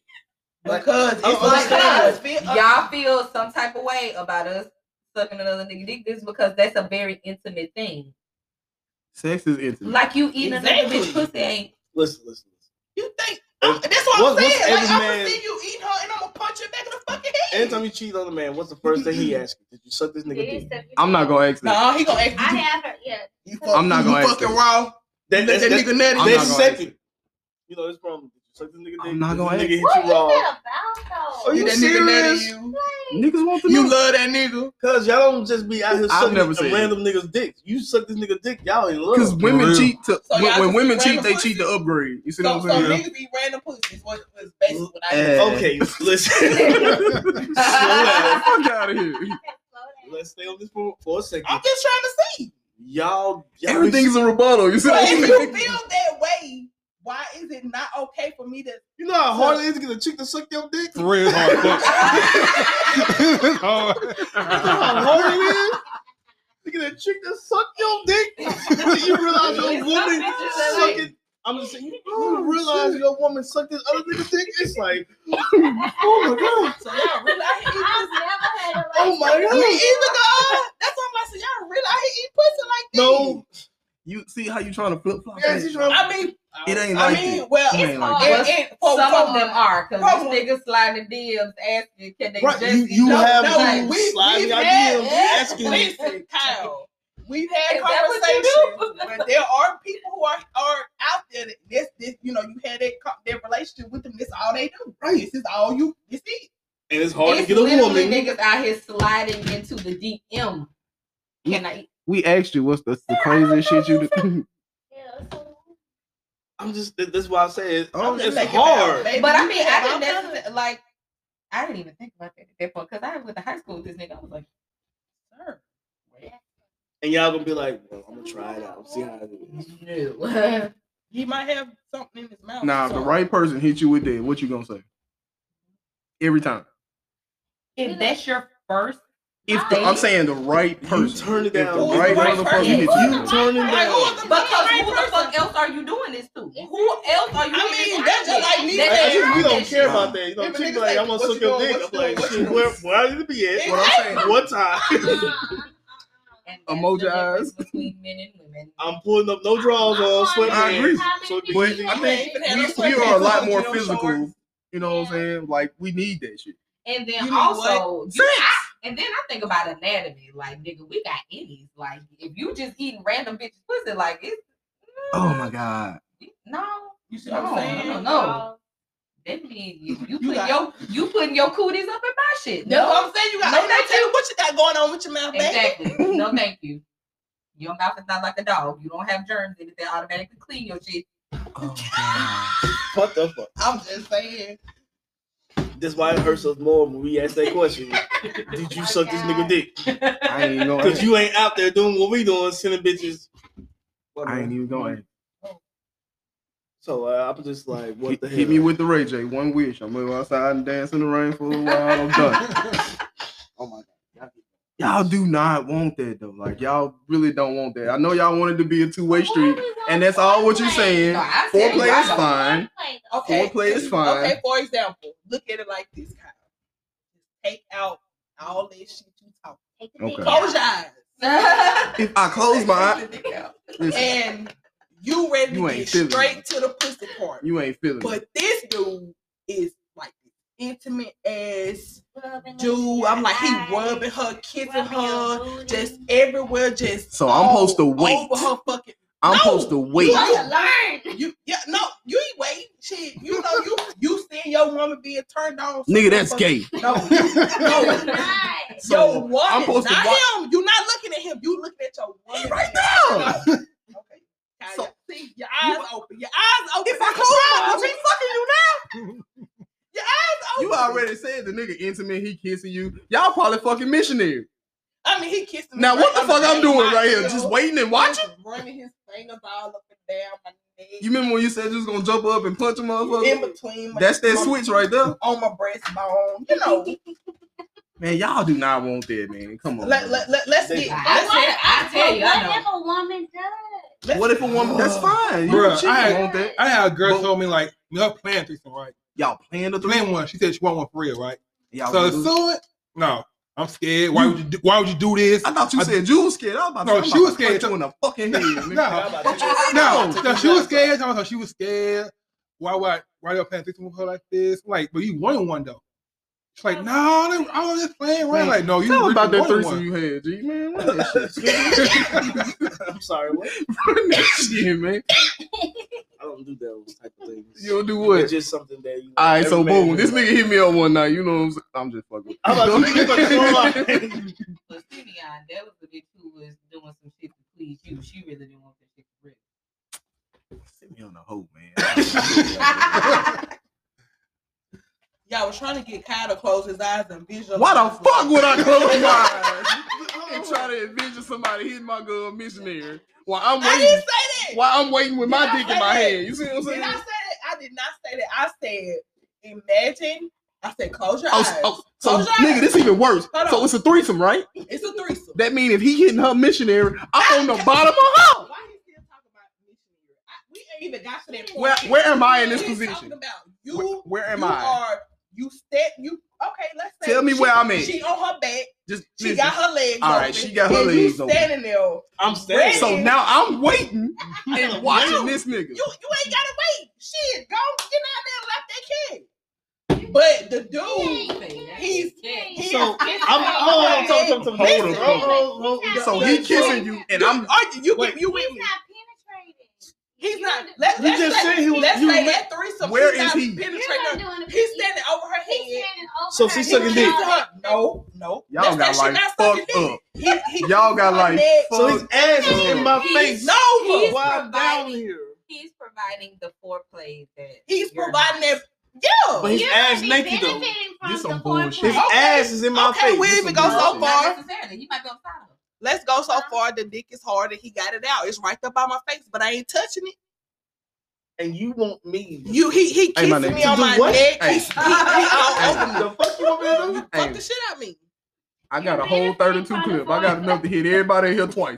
D: Because it's
C: I don't
D: like uh,
F: understand.
D: it's been up-
F: *laughs* y'all feel some type of way about us sucking another nigga dick this is because that's a very intimate thing.
B: Sex is intimate.
F: Like you eating
D: Exactly.
F: another bitch pussy ain't
C: Listen, listen.
D: You think I'm- that's what I'm
C: What- what's
D: saying? Like
C: every
D: I'm gonna
C: man-
D: see you eating her and I'm gonna punch you back in the fucking
C: listen.
D: head.
C: Anytime you cheat on a man, what's the first thing he asks? you? Did you suck this nigga
E: Mm-hmm. It
C: dick?
E: is sex.
B: I'm not gonna ask that.
D: No, he gonna ask
E: I
D: you.
E: have her. Yeah.
D: you fuck-
B: I'm not
D: you
B: gonna ask
D: fucking
B: that.
D: raw.
C: That,
D: Let
C: that's
D: that
C: that,
D: nigga nutty.
B: I'm
C: that's
B: not gonna ask
C: second. You know, it's from did you suck this nigga dick?
B: I'm not
C: Did
B: gonna
C: this
B: ask.
C: nigga
E: What
C: hit
E: is
C: you wrong.
E: that about though?
C: Are you
D: You that nigga
C: serious?
D: nutty you.
B: Niggas want to know.
D: You love that nigga.
C: Cause y'all don't just be out here
B: I've
C: sucking
B: never
C: a
B: said that.
C: random nigga's dick. You suck this nigga dick, y'all in
B: Because
C: love.
G: For
B: women
G: real.
B: cheat to
D: So y'all
B: when, when
D: just
B: women
D: be
B: cheat,
D: random
B: they
D: pussy?
B: cheat to upgrade. You see
D: So,
B: what
D: so
B: I'm *laughs* saying?
D: niggas be random pussies. What was basically what I
B: Eh.
C: Okay,
E: *laughs*
C: listen.
D: *laughs*
B: Get the fuck out of here.
C: Let's stay on this for, for a second.
D: I'm just trying to *laughs* see.
C: Y'all, y'all
B: Everything's a rebuttal. You see
D: But
B: what
D: if
B: I'm
D: *laughs* you
B: saying?
D: feel that way, why is it not okay for me to?
C: You know how hard it is to get a chick to suck your dick.
G: For real, it's hard. Oh,
B: *laughs*
G: It's *laughs* hard.
C: You know how hard it is to get a chick to suck your dick. *laughs* Then you realize your
F: It's
C: woman
F: not just like-
C: sucking. I'm just saying,
D: *laughs*
C: you realize your woman sucked this other nigga's dick. It's like, *laughs*
D: Oh my god! So y'all really out here
E: I've
D: eat
E: never had a
C: oh my
D: pussy. Me
C: god,
D: either, God. That's what I'm like. So y'all really out here eat pussy like this?
C: no.
B: You see how you trying to flip flop?
C: Yes, you
B: It
C: trying.
D: I mean,
B: ain't
D: I
B: like
D: mean,
B: that.
D: well,
B: It
D: it's
B: ain't
F: all-
B: like that.
D: and, and for,
F: *laughs* *laughs* Some
D: for,
F: of them are because
D: Come
F: these niggas sliding DMs asking, can they
C: Right,
F: just
C: you,
F: eat
C: you
F: your
C: have
F: dick?
D: no,
C: to
D: we-
C: slide
D: we've
C: your
D: had-
C: DMs
F: yeah.
C: asking.
D: Listen, Kyle. We've
F: Is
D: had
F: that what
D: conversations,
F: you do?
D: but there are people who are are out there that this, this you know, you had that co- that relationship with them. This all they do. Right. This is all you. This it.
C: And it's hard
F: it's
C: Oh, to get a
F: literally
C: woman.
F: niggas out here sliding into the DM. Can I eat?
B: We asked you what's the, the craziest shit you do. *laughs*
C: I'm just, that- that's why I say it.
B: Oh,
C: I'm
D: Just
C: just
D: make it
C: hard.
D: about, baby,
F: But I
D: you
F: mean,
D: had
F: I didn't
D: all kinds of-
F: necessarily like. I didn't even think about that at that point because I went to high school with this nigga. I was *laughs* like,
D: Sir.
C: And y'all gonna be like, well, I'm gonna try it out, see how it is.
F: no.
D: He might have something in his mouth.
B: nah, if the
D: so-
B: right person hit you with that, what you gonna say? Every time.
F: if that's your first,
B: If the, I'm saying the right person,
C: turn it
B: if the
C: down.
D: Who's
B: right
D: the right
B: motherfucker
D: person?
B: hit
D: Who's
B: you.
C: You turning
D: Like, who is
C: down.
D: the
F: because
D: right
F: who the
D: person?
F: fuck else are you doing this to? Who else are you?
D: I
F: doing
D: mean,
F: this
D: that's
F: to?
D: just like me
F: That
C: I
D: saying-
C: just,
F: they
C: we
F: out
C: don't
F: there.
C: care about that. You know,
D: If a
C: chick be
D: nigga
C: like,
D: say,
C: I'm gonna
D: "What
C: suck
D: you
C: your
D: doing?
C: dick.
D: What you
C: I'm
D: doing? What
C: like, shit,
D: you
C: where,
D: doing?"
C: where I need to be at?
B: What
D: *laughs*
B: I'm saying,
C: What time?
E: Uh-uh,
C: *laughs*
F: And that's
B: Emoji
F: the difference
B: eyes.
F: between men and women.
C: I'm pulling up no drawers on,
B: I agree.
C: sweatpants. So
B: But I
D: You ain't
B: think
D: even had no
B: we, we are a lot
D: sweatpants,
B: more
D: no shorts.
B: physical. You know what I'm saying? Like we need that shit.
F: And
D: You
F: then
D: know
F: also,
D: what?
F: you, I, and then I think about anatomy. Like, nigga, we got innies. Like, if you just eating random bitches pussy, like it's. mm,
B: Oh my god.
F: No,
D: You see what I'm
F: No,
D: saying?
F: no, no. that means you, you,
D: You
F: put
D: got-
F: your you putting your cooties up in my shit.
D: That's what
F: No,
D: I'm saying. You got
F: No,
D: I'm not
F: thank
D: telling you what you got going on with your mouth, baby. *laughs*
F: exactly. No, thank you. Your mouth is not like a dog. You don't have germs in it that automatically clean your shit.
B: Oh my
C: What the fuck?
D: I'm just saying.
C: That's why it hurts us more when we ask
D: *laughs*
C: that question. Did you suck this nigga dick?
B: god. I ain't even *laughs* going.
C: Because you ain't out there doing what we doing, sending bitches.
B: I ain't even going.
C: So uh, I'm just like, what
B: Hit,
C: the hell?
B: hit me with the Ray J. One wish. I'm gonna go outside and dance in the rain for a while. I'm done.
C: *laughs* Oh my god.
B: Y'all do not want that though. Like y'all really don't want that. I know y'all wanted to be a two way street, and that's all what you're saying.
F: No, I said
B: Foreplay
F: you
B: is
F: don't. *laughs*
B: fine.
E: oh,
D: *laughs* Okay.
B: Foreplay is fine.
D: Okay, for example, look at it like this, Kyle. Take out all this shit you talk.
E: Take the
B: Okay.
E: dick
D: Close
E: out.
D: your eyes.
B: If I close my eye, listen,
D: and you ready
B: You
D: to
B: ain't
D: get
B: feeling
D: straight to the pussy part.
B: you ain't feeling it.
D: But this dude is like intimate as
E: Rubbing
D: dude. I'm like he
E: eyes,
D: rubbing her, kissing
E: rubbing your
D: her,
E: booty.
D: just everywhere, just
B: So I'm
D: all
B: supposed to wait.
D: over her fucking.
B: I'm
D: No,
B: supposed to wait.
E: You gotta learn.
D: You yeah no you ain't waiting shit you know you you seeing your woman being turned on
B: Nigga, that's *laughs* gay.
D: no no
E: It's *laughs* not.
D: your
B: So
D: woman
B: I'm supposed to
D: not
B: watch.
D: him you're not looking at him you looking at your woman right
B: now.
D: okay Kaya,
B: So-
D: see your eyes open your eyes open if I close my eyes she fucking you now *laughs* your eyes open
B: You already said the nigga intimate, he kissing you. Y'all probably fucking missionary.
D: I mean he kissing me
B: Now
D: right
B: what the
D: under
B: fuck I'm
D: my
B: doing right here?
D: heel.
B: Just waiting and watching?
D: Just running his fingers all up and down my neck
B: You remember when you said you was gonna jump up and punch a
D: in
B: motherfucker?
D: between my,
B: That's that
D: my-
B: switch right there.
D: on my breastbone you know.
B: Man, y'all do not want that, man. Come on.
D: let,
B: man.
D: let, let, let's
C: They-
D: get
F: I
D: let's,
F: tell- I tell you, I
E: But
F: know.
E: what if a woman does?
B: what if
D: let's,
B: a woman? That's fine. You
G: Bruh,
B: she
G: I-
B: don't want that.
G: I had a girl
B: But-
G: told me like you know, her plan threesome, right?
B: Y'all playing the three?
G: Plan one. She said she want one for real, right?
B: Y'all gonna
G: so
B: do-
G: so it. No, I'm scared. Why would you? Do, why would you do this?
B: I thought you
G: I-
B: said you was scared. I was about to
G: No,
B: say, I'm
G: she
B: about to
G: was
B: punch
G: scared.
B: You in the fucking head. nigga.
G: No, no, no, she was scared. I was she was scared. Why why why y'all playing threesome with her like this? I'm like, but you wanted one though. She's like, no, nah, I was just playing around. Like, no, you
B: Tell
G: really
B: about that
G: wanted
B: threesome you had, G man. *laughs* Run that shit. *laughs*
C: *laughs*
G: one.
C: I'm sorry, what?
B: Run that shit, man.
C: I don't do those type of things.
B: You don't do what?
C: It's just something that you.
B: All right, so
C: every man
B: boom. This
C: does.
B: nigga hit me up one night. You know what I'm saying? I'm just fucking. with
C: *laughs* I'm
B: *laughs*
C: about to get my phone out.
F: But Simeon, that was the bitch who was doing some shit to please you. She really didn't want that shit for real.
B: Send me on the hoe, man. *laughs*
D: y'all was trying to get Kyle to close his eyes and visualize.
B: Why the
D: what-
B: fuck would I close
D: *laughs*
B: my eyes and try to envision somebody hitting my girl missionary while I'm
D: I didn't
B: waiting?
D: say that.
B: While I'm waiting with my
D: Did I
B: dick
D: say
B: in my
D: that?
B: hand. You see what I'm
D: Did
B: saying?
D: I say that? I did not say that. I said, imagine. I said, close your
B: Oh,
D: eyes.
B: s- oh, so
D: Close your
B: nigga,
D: eyes.
B: this even worse.
D: Hold
B: So
D: on.
B: it's a threesome, right?
D: It's a threesome.
B: That mean if he hitting her missionary, I'm on the bottom of her.
D: Oh, Why you still talking about missionary? I, we ain't even got to that point.
B: Where where am I in
D: We
B: this
D: talking
B: position?
D: About you.
B: Where, where am
D: you
B: I?
D: Are, you step. You okay? Let's say
B: Tell me
D: she-
B: where I'm at.
D: She on her back.
B: Just
D: She
B: listen.
D: got her legs.
B: All right,
D: open,
B: she got her
D: and
B: legs
D: you
B: open.
D: standing there.
C: I'm standing.
B: So now I'm
D: *laughs*
B: waiting and
C: I'm
B: watching
D: No.
B: this nigga.
D: You you ain't gotta wait. Shit, go get out there and lap that kid. But the dude, He's- he
C: So,
D: is
E: *laughs*
D: kissing
C: I'm-
D: her.
C: hold on, hold on, hold on, hold on.
D: Listen,
B: Hold on,
D: hold on.
B: So he kissing you and I'm
D: Are you
C: Wait.
D: you
E: He's
D: with me?
E: not penetrating.
D: He's
E: You
D: not.
E: don't-
D: Let,
C: You
D: let's
C: just
D: say,
C: said he was-
D: Let's
C: you
D: say
C: met-
D: that threesome.
B: Where
D: he's
B: is
D: not
B: he?
E: You're
D: Penetrating
E: not
D: her.
E: doing it.
D: He's standing over her
E: He's
D: head.
E: standing over
C: So
E: her.
C: she's
E: He's
C: sucking
E: not
C: dick.
E: doing it.
D: No, no.
B: Y'all
D: That's
B: got
D: that
B: like
D: shit not sucking
B: fucked
D: dick.
B: up.
D: He, he,
B: Y'all got
D: her
B: like
D: neck.
C: so his
B: fucked.
C: ass is in my
F: He's-
C: face.
D: no,
F: he's
C: while I'm down
F: providing,
C: here.
F: he's providing the foreplay that
D: he's
F: you're
D: providing
F: not.
D: that. Yeah.
C: But his
E: You're
C: ass
E: gonna be
C: naked, though.
E: benefiting from
B: This
E: the
B: some bullshit.
E: foreplay.
C: His
D: Okay.
C: ass is in my
D: Okay,
C: face.
D: we
C: This
D: even
C: is
D: go so
C: bullshit.
F: Not
D: far.
F: necessarily. You might be on top of him.
D: Let's go so far. The dick is hard and he got it out. It's right there by my face, but I ain't touching it.
C: And you want me? *laughs*
D: You he he
B: Hey, my
D: kissing
B: nigga.
D: me on
C: To do
D: my
C: what?
D: neck.
B: Hey.
D: He, he, he all over me.
C: the fuck you want me to do?
D: You fucked the shit out of me.
B: I got a whole 32 clip. I got enough to hit everybody in here twice.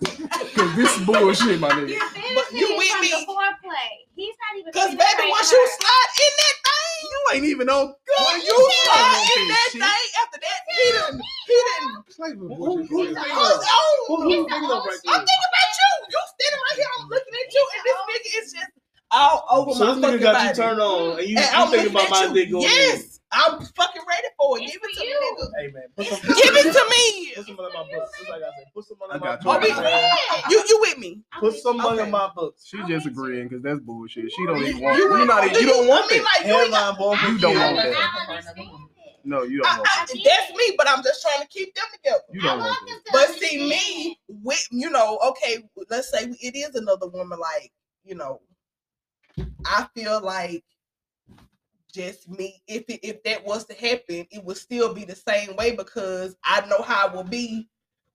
B: Cause this is bullshit, my nigga.
E: You're
D: But you
E: benefiting
D: with
E: from
D: me.
E: the foreplay. He's not even.
D: Cause baby,
E: penetrating
D: once
E: her.
D: you slide in that thing,
B: You ain't even on.
D: when
B: Girl,
D: you
B: you
D: slide in
B: fucking
D: that
B: shit.
D: thing, after that, he done, he done,
C: Who- who you
E: He's
C: thinking
E: a-
C: of?
D: oh,
C: Who
D: oh.
C: you
E: He's
C: thinking
E: the
C: of right
E: oldest-
D: I'm
C: there?
D: thinking about you. You standing right here, I'm looking at you, and this nigga is just all over
C: So
D: my
C: this nigga
D: fucking
C: got you
D: body.
C: turned on, and you,
D: and
C: you
D: I'm
C: thinking
D: looking
C: about my
D: at
C: dick
D: you.
C: going in.
D: Yes, I'm fucking ready for it.
E: It's
D: Give
E: for
D: it to me,
E: you.
D: nigga.
C: Hey man, put some,
D: Give it to
C: Put
D: me.
C: some money in my books. That's like I said. Put some money in
B: I
C: my
B: got
C: books.
B: you.
D: Oh, we-
C: man.
D: You you with me?
E: I'm
C: Put
E: with
C: some
E: you.
C: money
D: Okay.
C: in my books.
B: She just agreeing because that's bullshit. She don't even
D: You,
B: want.
D: you
B: You
D: with
B: not.
D: me?
B: You don't want
D: I mean,
B: that.
D: like you ain't got-
C: Headline boy.
B: You don't
E: I
B: want
E: do
B: that.
E: not understand it.
B: No, you
D: I-
B: don't want.
D: I- that's me, but I'm just trying to keep them together.
B: You
E: I
B: don't
E: want
B: want
E: them
B: that.
E: to
D: But see,
E: understand.
D: me with you know, okay, let's say it is another woman. Like you know, I feel like just me. If it, if that was to happen, it would still be the same way because I know how it will be.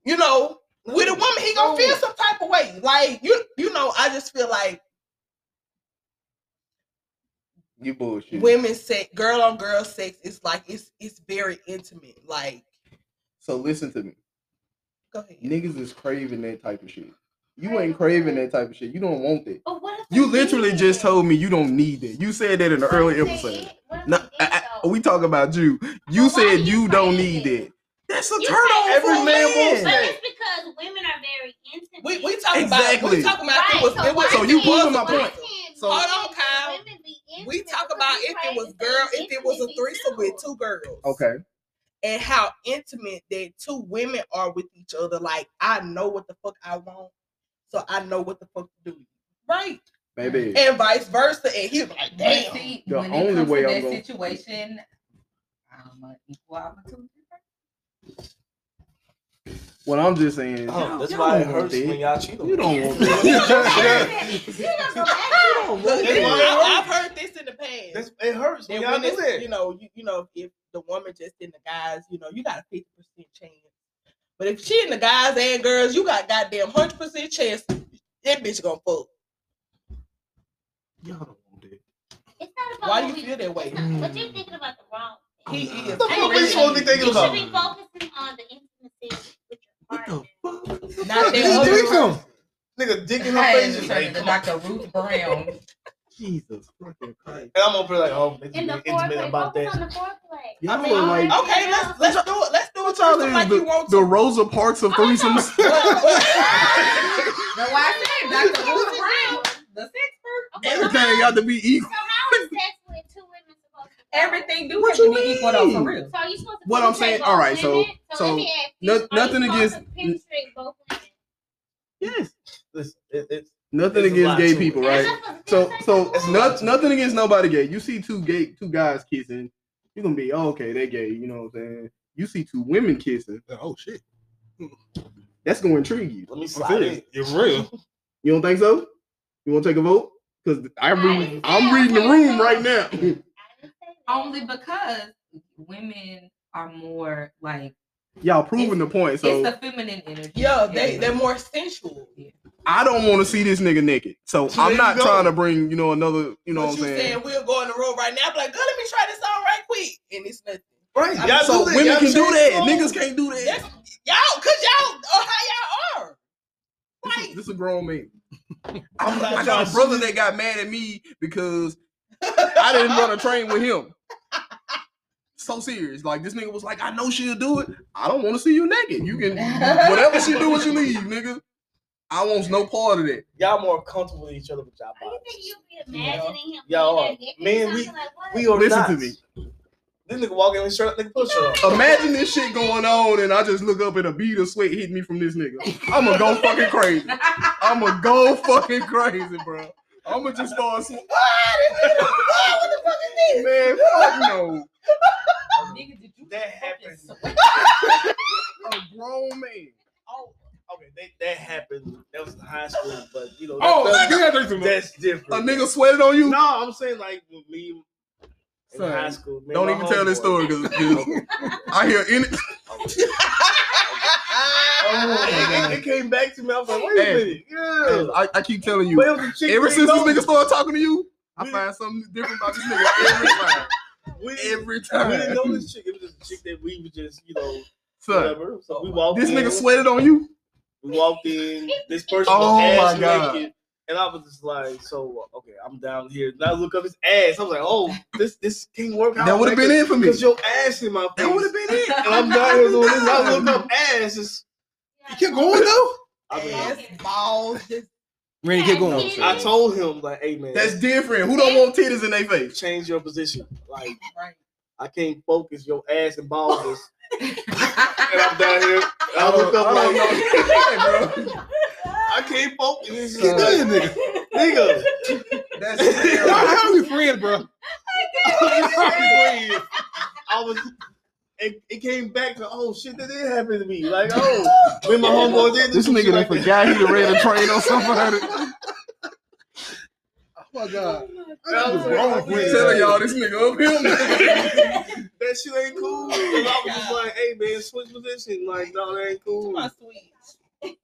D: You know, with a woman, he gonna feel some type of way. Like you, you know, I just feel like
B: You bullshit.
D: women sex, girl on girl sex, is like it's it's very intimate. Like,
B: So listen to me.
D: go ahead.
B: Niggas is craving that type of shit. You ain't craving that type of shit. You don't want that.
E: But what if
B: You
E: they
B: literally
E: did?
B: just told me you don't need that. You said that in the
E: What
B: earlier
E: if they
B: episode.
E: did? What if
B: No,
E: they did,
B: I- I-
E: though?
B: we talking about you. You
E: But why
B: said
E: do you
B: you don't
E: crave
B: need
E: it?
B: that. That's a
E: You
B: turnoff.
E: say
B: Every
E: every
B: man wants
E: But
B: that.
E: it's because women are very intimate.
D: We we talking about
B: Exactly.
D: we talking about
E: Right,
D: if it was, it was
E: why
B: So you
E: can't-
B: proving my
E: why
B: point.
E: can't
B: So-
E: women-
D: Hold on, Kyle.
E: women be
D: we
E: intimate?
D: talk
E: Because
D: about
E: we
D: if it
E: raised
D: was
E: to
D: girl
E: be
D: if it was a
E: intimate
D: threesome with two girls.
B: Okay.
D: and how intimate that two women are with each other. Like I know what the fuck I want, so I know what the fuck to do. Right.
B: Baby.
D: And vice versa. And he like, *laughs*
F: But
D: damn.
F: see,
B: The
F: when
B: only
F: it comes
B: way
F: to
B: I'm
F: that
B: gonna-
F: situation, I'm an equal opportunity.
B: Well, I'm just saying.
C: Oh, that's
B: y'all
C: why it
B: don't want
C: hurts
B: that.
C: when y'all cheat on
B: You
C: me.
B: don't want
C: *laughs*
B: that.
E: Right.
D: Look, this-
C: It
D: I- I've
C: hurts.
D: heard this in the past.
C: That's- It hurts when
D: and
C: y'all
D: when
C: do
D: it's, you
C: that.
D: know, you, you know, if the woman just in the guys, you know, you got a fifty percent chance. But if she in the guys and girls, you got goddamn hundred percent chance that bitch gonna fuck.
B: Y'all don't want that.
E: It's not about
D: Why do
E: what
D: you
E: we-
D: feel that way?
E: it's not- But you're thinking about the wrong thing.
D: He is.
C: What the fuck we supposed to be thinking
E: You should
C: about?
E: be focusing on the intimacy with your
B: What
E: partner.
B: the fuck?
D: Not
C: This is
D: that other
C: threesome. Nigga, dick in her
F: I
C: face
F: am
C: is
F: turning
C: like,
F: to
C: come on.
F: Dr. Ruth Brown.
B: Jesus fucking Christ.
C: And I'm gonna be like, oh, bitch,
E: And the
C: you intimate
E: foreplay.
C: about
E: Focus on
C: that.
E: the foreplay.
B: Y'all
E: mean,
B: don't
E: all
B: like-
E: that
D: Okay,
E: else-
D: let's let's do it. Let's do it something like you
B: the,
D: want
B: the
D: to. *laughs*
B: Rosa parts of
E: I don't know.
B: threesomes. *laughs*
D: But- but-
F: No, I said Dr. Ruth Brown, the sex expert.
E: Okay, so
B: Everything got to be equal.
E: So how is sex with two women supposed to go?
F: Everything do
B: What
F: have to
B: you
F: be equal though, for
B: mean?
F: real.
E: So are you supposed to
B: What I'm
E: penetrate
B: saying-
E: both
B: alright, so-
E: women?
B: so
E: let me ask
B: no-
E: you, are you
B: nothing
E: supposed
B: against-
E: to penetrate both women?
B: Yes.
C: Listen, it- it's-
B: Nothing
C: There's a
B: against
C: lot
B: gay
C: to it.
B: people,
E: Am I
B: right?
E: supposed to
B: So
E: penetrate
B: so
E: both women?
B: not, nothing against nobody gay. You see two gay two guys kissing, you're gonna be oh, okay, they gay, you know what I'm saying? You see two women kissing,
G: Oh shit.
B: that's gonna intrigue you.
C: Let me
G: I'm
C: slide
G: serious.
C: it.
G: It's real.
B: You don't think so? You wanna take a vote? Because I'm
E: I
B: reading
E: didn't say
B: I'm
E: I
B: reading the
E: wanna
B: room
E: vote.
B: right now. *laughs*
E: I didn't say that.
F: Only because women are more like
B: Y'all proving the point, so
F: it's the feminine energy.
D: Yeah, they
F: Yeah.
D: they're more sensual.
B: I don't want to see this nigga naked. So
C: So there
B: I'm
C: you
B: not
C: go.
B: trying to bring, you know, another, you know what
D: but
B: I'm
D: you
B: saying?
D: saying we'll go in the room right now. I'm like, girl, let me try this on right quick, and it's nothing.
C: Right,
D: I mean,
C: y'all
B: so
C: do that.
B: women
C: Y'all
B: can do
C: cheat
B: that.
C: on-
B: Niggas can't do that.
D: That's, y'all, cause y'all, oh how y'all are.
B: This is-
D: Right.
B: This is a grown man.
C: *laughs* I'm not
B: I
C: trying
B: got
C: to
B: a brother that got mad at me
C: *laughs*
B: because I didn't run a train with him. So serious. Like this nigga was like, I know she'll do it. I don't want to see you naked. You
C: *laughs*
B: can whatever she do is you leave, nigga. I wants no part of that.
C: Y'all more comfortable with each other with y'all
E: Why you
C: bodies.
E: think you be imagining him?
C: Y'all
E: being
C: are.
E: that naked?
C: Man,
E: Something
C: we-
E: like, what?
C: We are
B: Listen
C: not.
B: to me.
C: This nigga walking with his shirt, nigga push up.
B: Imagine this shit going on and I just look up and a bead of sweat hitting me from this nigga. I'ma go fucking crazy. I'ma go fucking crazy, bro. I'ma just start sw-
D: Oh, what the fuck is this?
B: man. Fuck no,
F: *laughs* Nigga, did you
C: That
F: fucking
C: happens.
F: sweat?
B: a grown man.
C: Oh, okay, that, that happened. That was in high school, but you know.
G: Oh,
C: that-
G: you had threesome.
C: that's
B: A
C: different.
B: nigga sweated on you.
C: No, I'm saying like with me in
B: Son,
C: high school. man,
B: Don't
C: my
B: even tell this story
C: homeboy-
B: because I hear any.
C: *laughs* Oh, it, it came back to me. I was like, wait a
B: Hey.
C: minute. Yeah.
B: I, I keep telling
C: But
B: you.
C: it was a chick
B: Ever
C: thing,
B: since this
C: though.
B: nigga started talking to you, I
C: We-
B: find something different about this nigga every time.
C: we, didn't-
B: Every
C: we didn't know
B: time,
C: this chick. It was just a chick that we were just, you know,
B: son.
C: whatever. So we walked
B: This
C: in.
B: nigga sweated on you.
C: We walked in. This person
B: Oh,
C: was
B: my
C: ass
B: God.
C: naked, and I was just like, "So uh, okay, I'm down here." Now I look up his ass. I was like, "Oh, this this can't work out."
B: That would have been it for me.
C: because your ass in my face.
B: That would have been it.
C: *laughs* And I'm down here doing this. I
B: *laughs*
C: look up ass. It's,
E: Yeah.
B: going though.
C: I mean,
D: Ass, balls, just
G: We ain't keep going.
C: I told him like, "Hey man,
B: That's different. Who don't want titties in their face?
C: change your position. Like
D: right.
C: I can't focus your ass and balls." is- and I'm down here. and I look up like,
B: *laughs* know. Hey,
C: I can't focus. It's
G: Keep
C: just-
G: doing this, nigga.
C: nigga.
B: bro. That's
G: *laughs* Y'all
B: terrible.
G: how we friends, bro?
C: I was. It, it came back to oh shit that did happen to me like oh when my homeboy did
B: This
C: some
B: nigga
C: shit
B: done
C: like that.
B: forgot he done ran a train on somebody.
G: Oh my god.
C: *laughs* I was like,
G: Wrong
C: oh,
G: with
C: yeah,
G: it.
B: Telling y'all this nigga up here.
C: that shit ain't cool. And I was just like, hey man, switch position. Like, no, that ain't cool.
D: My sweet.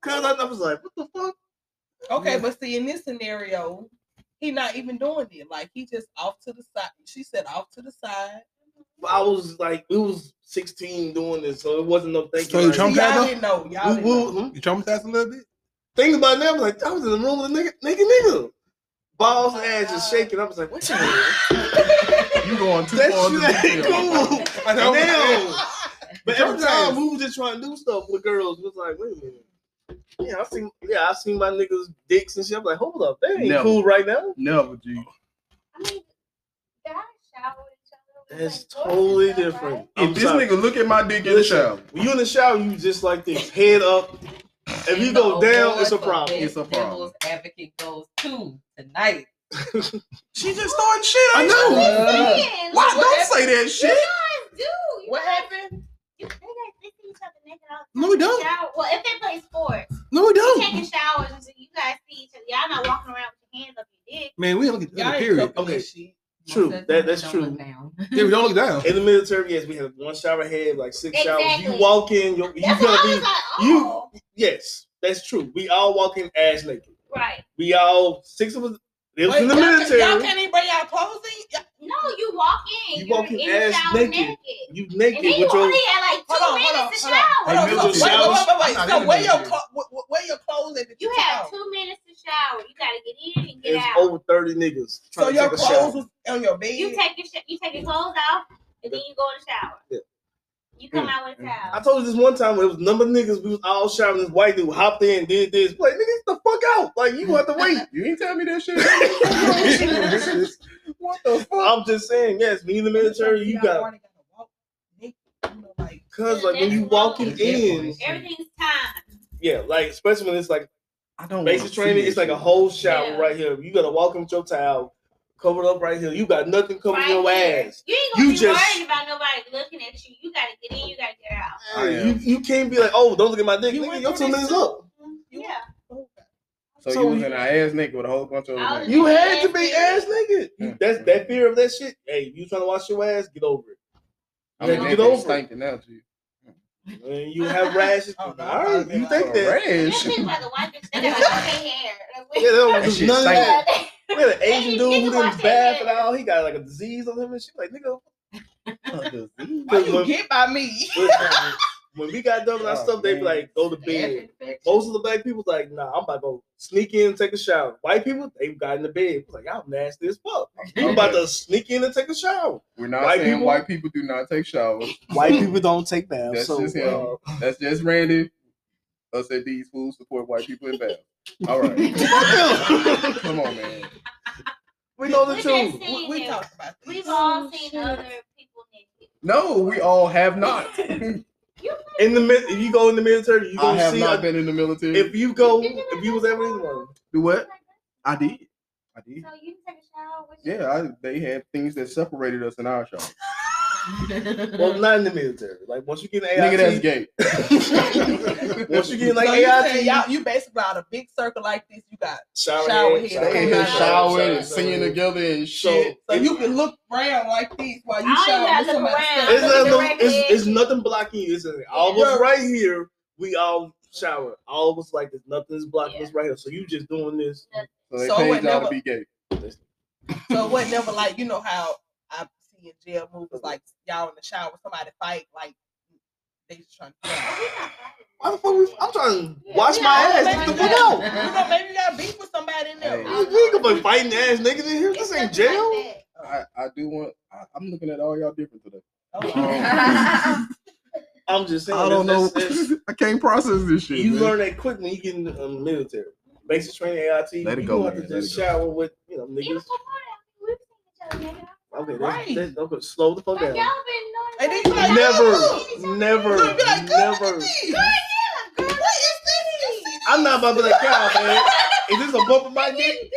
C: Cause I, I was like, what the fuck?
D: Okay, but see, in this scenario, he not even doing it. Like he just off to the side. She said off to the side.
C: But I was like, we was 16 doing this, so it wasn't no thinking.
G: So you
C: like,
G: jumped-
D: See,
G: Okay,
D: y'all
G: though.
D: didn't know. Y'all
C: we-
D: didn't
C: we-
D: know.
C: hmm.
G: You traumatized a little bit?
C: Think about it now, like I was in the room with a nigga, naked nigga. Balls and ass just shaking. I was like, what you
B: *laughs*
C: doing?
B: you going too
C: That
B: far. into
C: shit ain't
B: detail. *laughs*
C: cool.
G: I know.
C: Damn. But every time
G: Sometimes.
C: we was just trying to do stuff with girls, it was like, wait a minute. Yeah, I seen yeah, I seen my niggas dicks and shit. I'm like, hold up, that ain't
B: Never.
C: cool right now.
B: Never, G.
E: I mean, guys shower each other. with,
C: That's
E: like,
C: totally
E: voices, though,
C: different.
E: right?
C: I'm
B: If this
C: sorry.
B: nigga look at my dick in the
C: Listen.
B: shower,
C: when you in the shower, you just like this, head up. If you
E: Oh,
C: go down, it's a problem.
B: It's a problem.
F: Advocate goes to tonight.
B: she just starting shit. I
E: I'm
B: know.
E: just
F: Uh,
E: saying,
B: Why
E: like,
B: don't say that
E: You
B: shit?
E: guys do. You
D: What
E: guys-
D: happened?
E: You, they guys lick each other naked all the time.
G: No, we
E: They
G: don't.
E: Shower.
B: Oh.
E: Well, if they play sports,
G: No, we
E: you
G: don't.
E: taking showers and so you guys see each other. Y'all not walking around with your hands up your dick.
G: Man, we don't look at
D: Y'all
G: that.
D: ain't
G: Period.
D: couple
C: Okay.
D: and shit.
C: True.
F: Most of the
C: That-
F: time,
C: that's
F: don't
C: true.
F: look down.
G: Yeah, we don't look down.
C: In the military, yes, we have one shower head, like six showers.
E: Exactly.
C: You walk in, you're, you
E: That's why I
C: gonna
E: was
C: be
E: like,
C: you-
E: oh,
C: yes, that's true. We all walk in ass naked.
E: right.
C: We all six of us. It was
D: Wait,
C: in the
D: y'all can't-
C: military.
D: Y'all can't even bring y'all clothes in. Y'all-
E: No, you walk in.
C: You
E: you're
C: walk in
E: the
C: ass
E: shower
C: naked. You naked
E: And then you
C: with your
E: only had like two
D: Hold on,
E: minutes to
D: hold on, hold on.
E: shower.
D: Hold on, so
C: Hey, middle
D: wait, wait,
C: showers?
D: wait, wait,
G: I'm
D: wait.
G: not
D: So
G: even
D: where your
G: here.
D: clo- wh- wh- where your clothes at? that
E: You
D: took
E: have
D: off?
E: two minutes to shower. You gotta get in and get
C: it's
E: out.
C: over thirty niggas.
D: So
C: Trying to
D: your
C: take a shower.
D: clothes was on your bed.
E: You take your sh- you take your clothes off and then you go in the shower.
C: Yeah.
E: You come out with a
C: I
E: towel.
C: told you this one time it was a number of niggas. We was all shouting. This white dude hopped in, did this. Like nigga, get the fuck out! Like you have
D: *laughs*
C: to wait.
B: You ain't tell me that shit.
C: *laughs*
D: What the fuck?
C: I'm just saying, yes. When you in the military, you got
D: to walk naked, you know, like
C: cause like when you walking in,
E: Everything's time.
C: yeah, like especially when it's like
B: I don't. wanna
C: basic
B: Oh, see
C: training,
B: that
C: it's like a
B: shit.
C: whole shower
E: Yeah.
C: right here. You gotta walk in with your towel, covered up right here. You got nothing covering
E: right
C: your
E: here.
C: ass.
E: You ain't gonna
C: You
E: be
C: just-
E: worried about nobody looking at you. You gotta get in. You gotta get out.
B: I am.
C: You, you can't be like, oh, don't look at my dick.
D: You
C: nigga,
D: went
C: your
D: through
C: two
D: this
C: minutes
D: too?
C: up.
E: Yeah.
B: So,
C: So
B: you was
C: you-
B: in our ass naked with a whole bunch of
E: I
B: other
E: was-
B: niggas.
C: Oh You had to be
E: Yeah.
C: ass naked.
B: Yeah.
C: You, that's that fear of that shit. Hey, you trying to wash your ass? Get over it.
B: I
C: Yeah,
B: mean,
C: get
B: get
C: over it.
B: over stinking now, G.
C: Man, you have rashes.
D: *laughs* Oh, no.
C: All right, you think
E: Them
C: that? *laughs*
B: Rash.
E: people are the white bitch. They got like okay hair.
C: Yeah, they don't
B: That
C: do
B: shit
C: none of
B: stank.
C: that.
E: Yeah,
C: We had an Asian
E: Hey,
C: dude who
E: nigga, watch
C: didn't
E: that
C: bath
E: hair.
C: at all. He got like a disease on him and shit. Like nigga,
D: Why you
C: Look,
D: get by me? *laughs*
C: listen, when we got done with our
B: Oh,
C: stuff, they be
B: man.
C: like, go to bed. *laughs* Most of the black people like, nah, I'm about to go sneak in and take a shower. White people, they got in the bed. Like, I'm nasty as
B: *laughs*
C: fuck. I'm about to sneak in and take a shower.
B: We're not
C: White
B: saying
C: people-
B: white people do not take showers.
C: White people don't take baths.
B: That's
C: so
B: just him.
C: uh,
B: That's just Randy. Us at these fools support white people in bath. All right, *laughs*
C: *laughs* fuck them.
B: come on, man.
C: we know the
E: We just
C: truth.
E: seen
D: We, we
E: it.
D: talked about this.
E: We've all seen other people naked.
B: No, we all have not.
E: You
C: In the mid, if you go in the military,
B: *laughs*
C: you
B: I
C: gonna
B: have
C: see.
B: not
C: a-
B: been in the military.
C: if you go, if you was ever in one,
B: do what? I did. I did.
E: So you take a shower with
B: Yeah, I, they had things that separated us in our shower.
E: Mm-hmm.
C: well, not in the military. Like once you get in AIT,
B: Nigga, that's gay.
C: *laughs* once you get in like
D: so you, saying
C: AIT,
D: y'all, you basically out a big circle like this. You got
C: shower,
D: Shower
C: head,
D: head.
B: They in here
E: Yeah.
B: showering and singing together and shit.
D: so
C: It's-
D: you can look round like this while you
E: I don't even
D: shower.
E: gotta
D: with
E: look
D: somebody
E: around.
D: standing
C: It's,
D: up.
E: Look
C: nothing,
E: at the
C: it's,
E: record.
C: it's nothing blocking you. It's just, all of us right here. We all shower. All of us like this. Nothing's blocking us right here. So you just doing this.
B: So they
D: So it
B: paid y'all
D: never-
B: to be gay.
D: So it wasn't never like you know how I see in jail movies like y'all in the shower somebody fight like they just trying to.
E: Oh, we not
C: Why the fuck? We, I'm trying to wash
E: Yeah,
C: my
E: we
C: ass.
E: all
C: Get the
E: like
C: fuck *laughs*
E: *laughs*
C: out.
D: You know maybe you got beef with somebody in there.
B: Hey.
C: We ain't gonna be fighting ass niggas in here.
E: It's
C: This ain't
E: nothing like
C: jail.
E: that.
B: I, I do want. I, I'm looking at all y'all different today.
D: Oh,
C: *laughs*
B: Um,
C: I'm just saying.
B: I don't know.
C: that's- that's-
B: *laughs* I can't process this shit.
C: you
B: man.
C: learn that quick when you get in the um, military. Basic training, AIT.
B: Let it
C: you
B: go,
C: gonna have
B: man,
C: to
B: let
C: just
B: it go.
C: shower with you know
E: Even
C: niggas.
E: before that, we've seen each other naked.
C: Okay, that's,
D: Right.
C: that's, okay, slow the fuck
E: Like, y'all been
C: down.
E: knowing
D: And then you like,
C: Never,
E: Y'all
C: never,
D: You'll be like, "Girl, look at
C: never.
D: this."
E: Girl, what is this?
C: I'm not about to be like, cow, man. Is this a bump of my dick?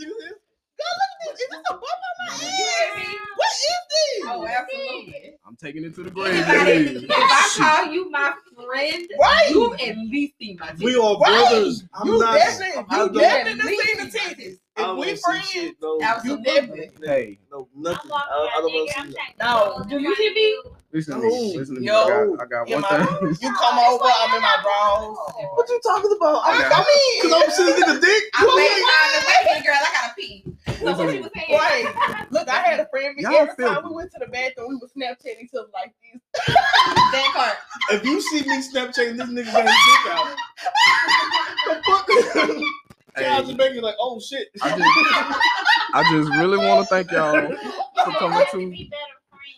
D: Is this a bump on my
E: You
D: head?
E: hear me?
D: What is this?
F: Oh, absolutely.
B: I'm taking it to the grave.
F: If *laughs*
B: baby.
F: I
B: Shit.
F: call you my friend,
D: Right.
F: you at least see my
C: We
F: titties.
D: Right.
C: are brothers. I'm
D: you
C: not.
D: definitely,
C: I
D: you
C: don't-
D: definitely
F: At least
D: seen the
F: see my
D: titties.
C: I
D: If
C: don't
D: we
C: wanna see
D: friends,
C: shit, no,
F: Absolutely.
B: Hey,
C: no,
E: I'm
C: nothing. I, I don't
E: walking
C: want to
E: around
C: see
E: naked.
C: that.
E: I'm trying to
F: No, do you hear me?
B: listen to
C: No.
B: me. Listen to me.
D: Yo.
B: I got, I
D: Am
B: got one *laughs*
D: I-
B: thing.
D: you come over, I'm in my drawers.
C: What you talking about?
D: I
C: I'm,
D: come
C: Cause I'm sitting in the dick.
F: I'm waiting on the wait, girl. I gotta pee. So what you was saying?
D: *laughs* Right. Look, I had a friend.
B: Y'all
D: Every
B: feel
D: time
B: me.
D: we went to the bathroom, we would Snapchat each other like this.
F: That part.
C: If you see me Snapchatting this nigga got his dick out, the fuck?
B: Hey,
C: Y'all just making like, oh shit.
B: I just, I just really want to thank y'all for
E: *laughs*
B: coming to
E: Be better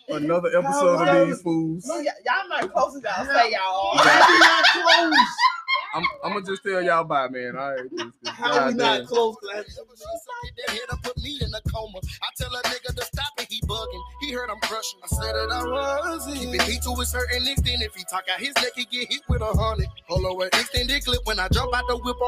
E: friends.
B: another episode of These Fools.
D: Look, y- y'all not close as y'all say y'all are. *laughs*
C: How we not close?
B: I'm, I'm gonna just tell y'all bye, man. All right. just- just-
C: How we
B: goddamn.
C: not close?
A: Get that head up, put me in a coma. I tell a nigga to stop it, he bugging. He heard I'm crushing. I said that I wasn't. Keep it beat to a certain extent. If he talk out his neck, he get hit with a hundred. Hold on, an extended clip. When I jump out the whip, I'm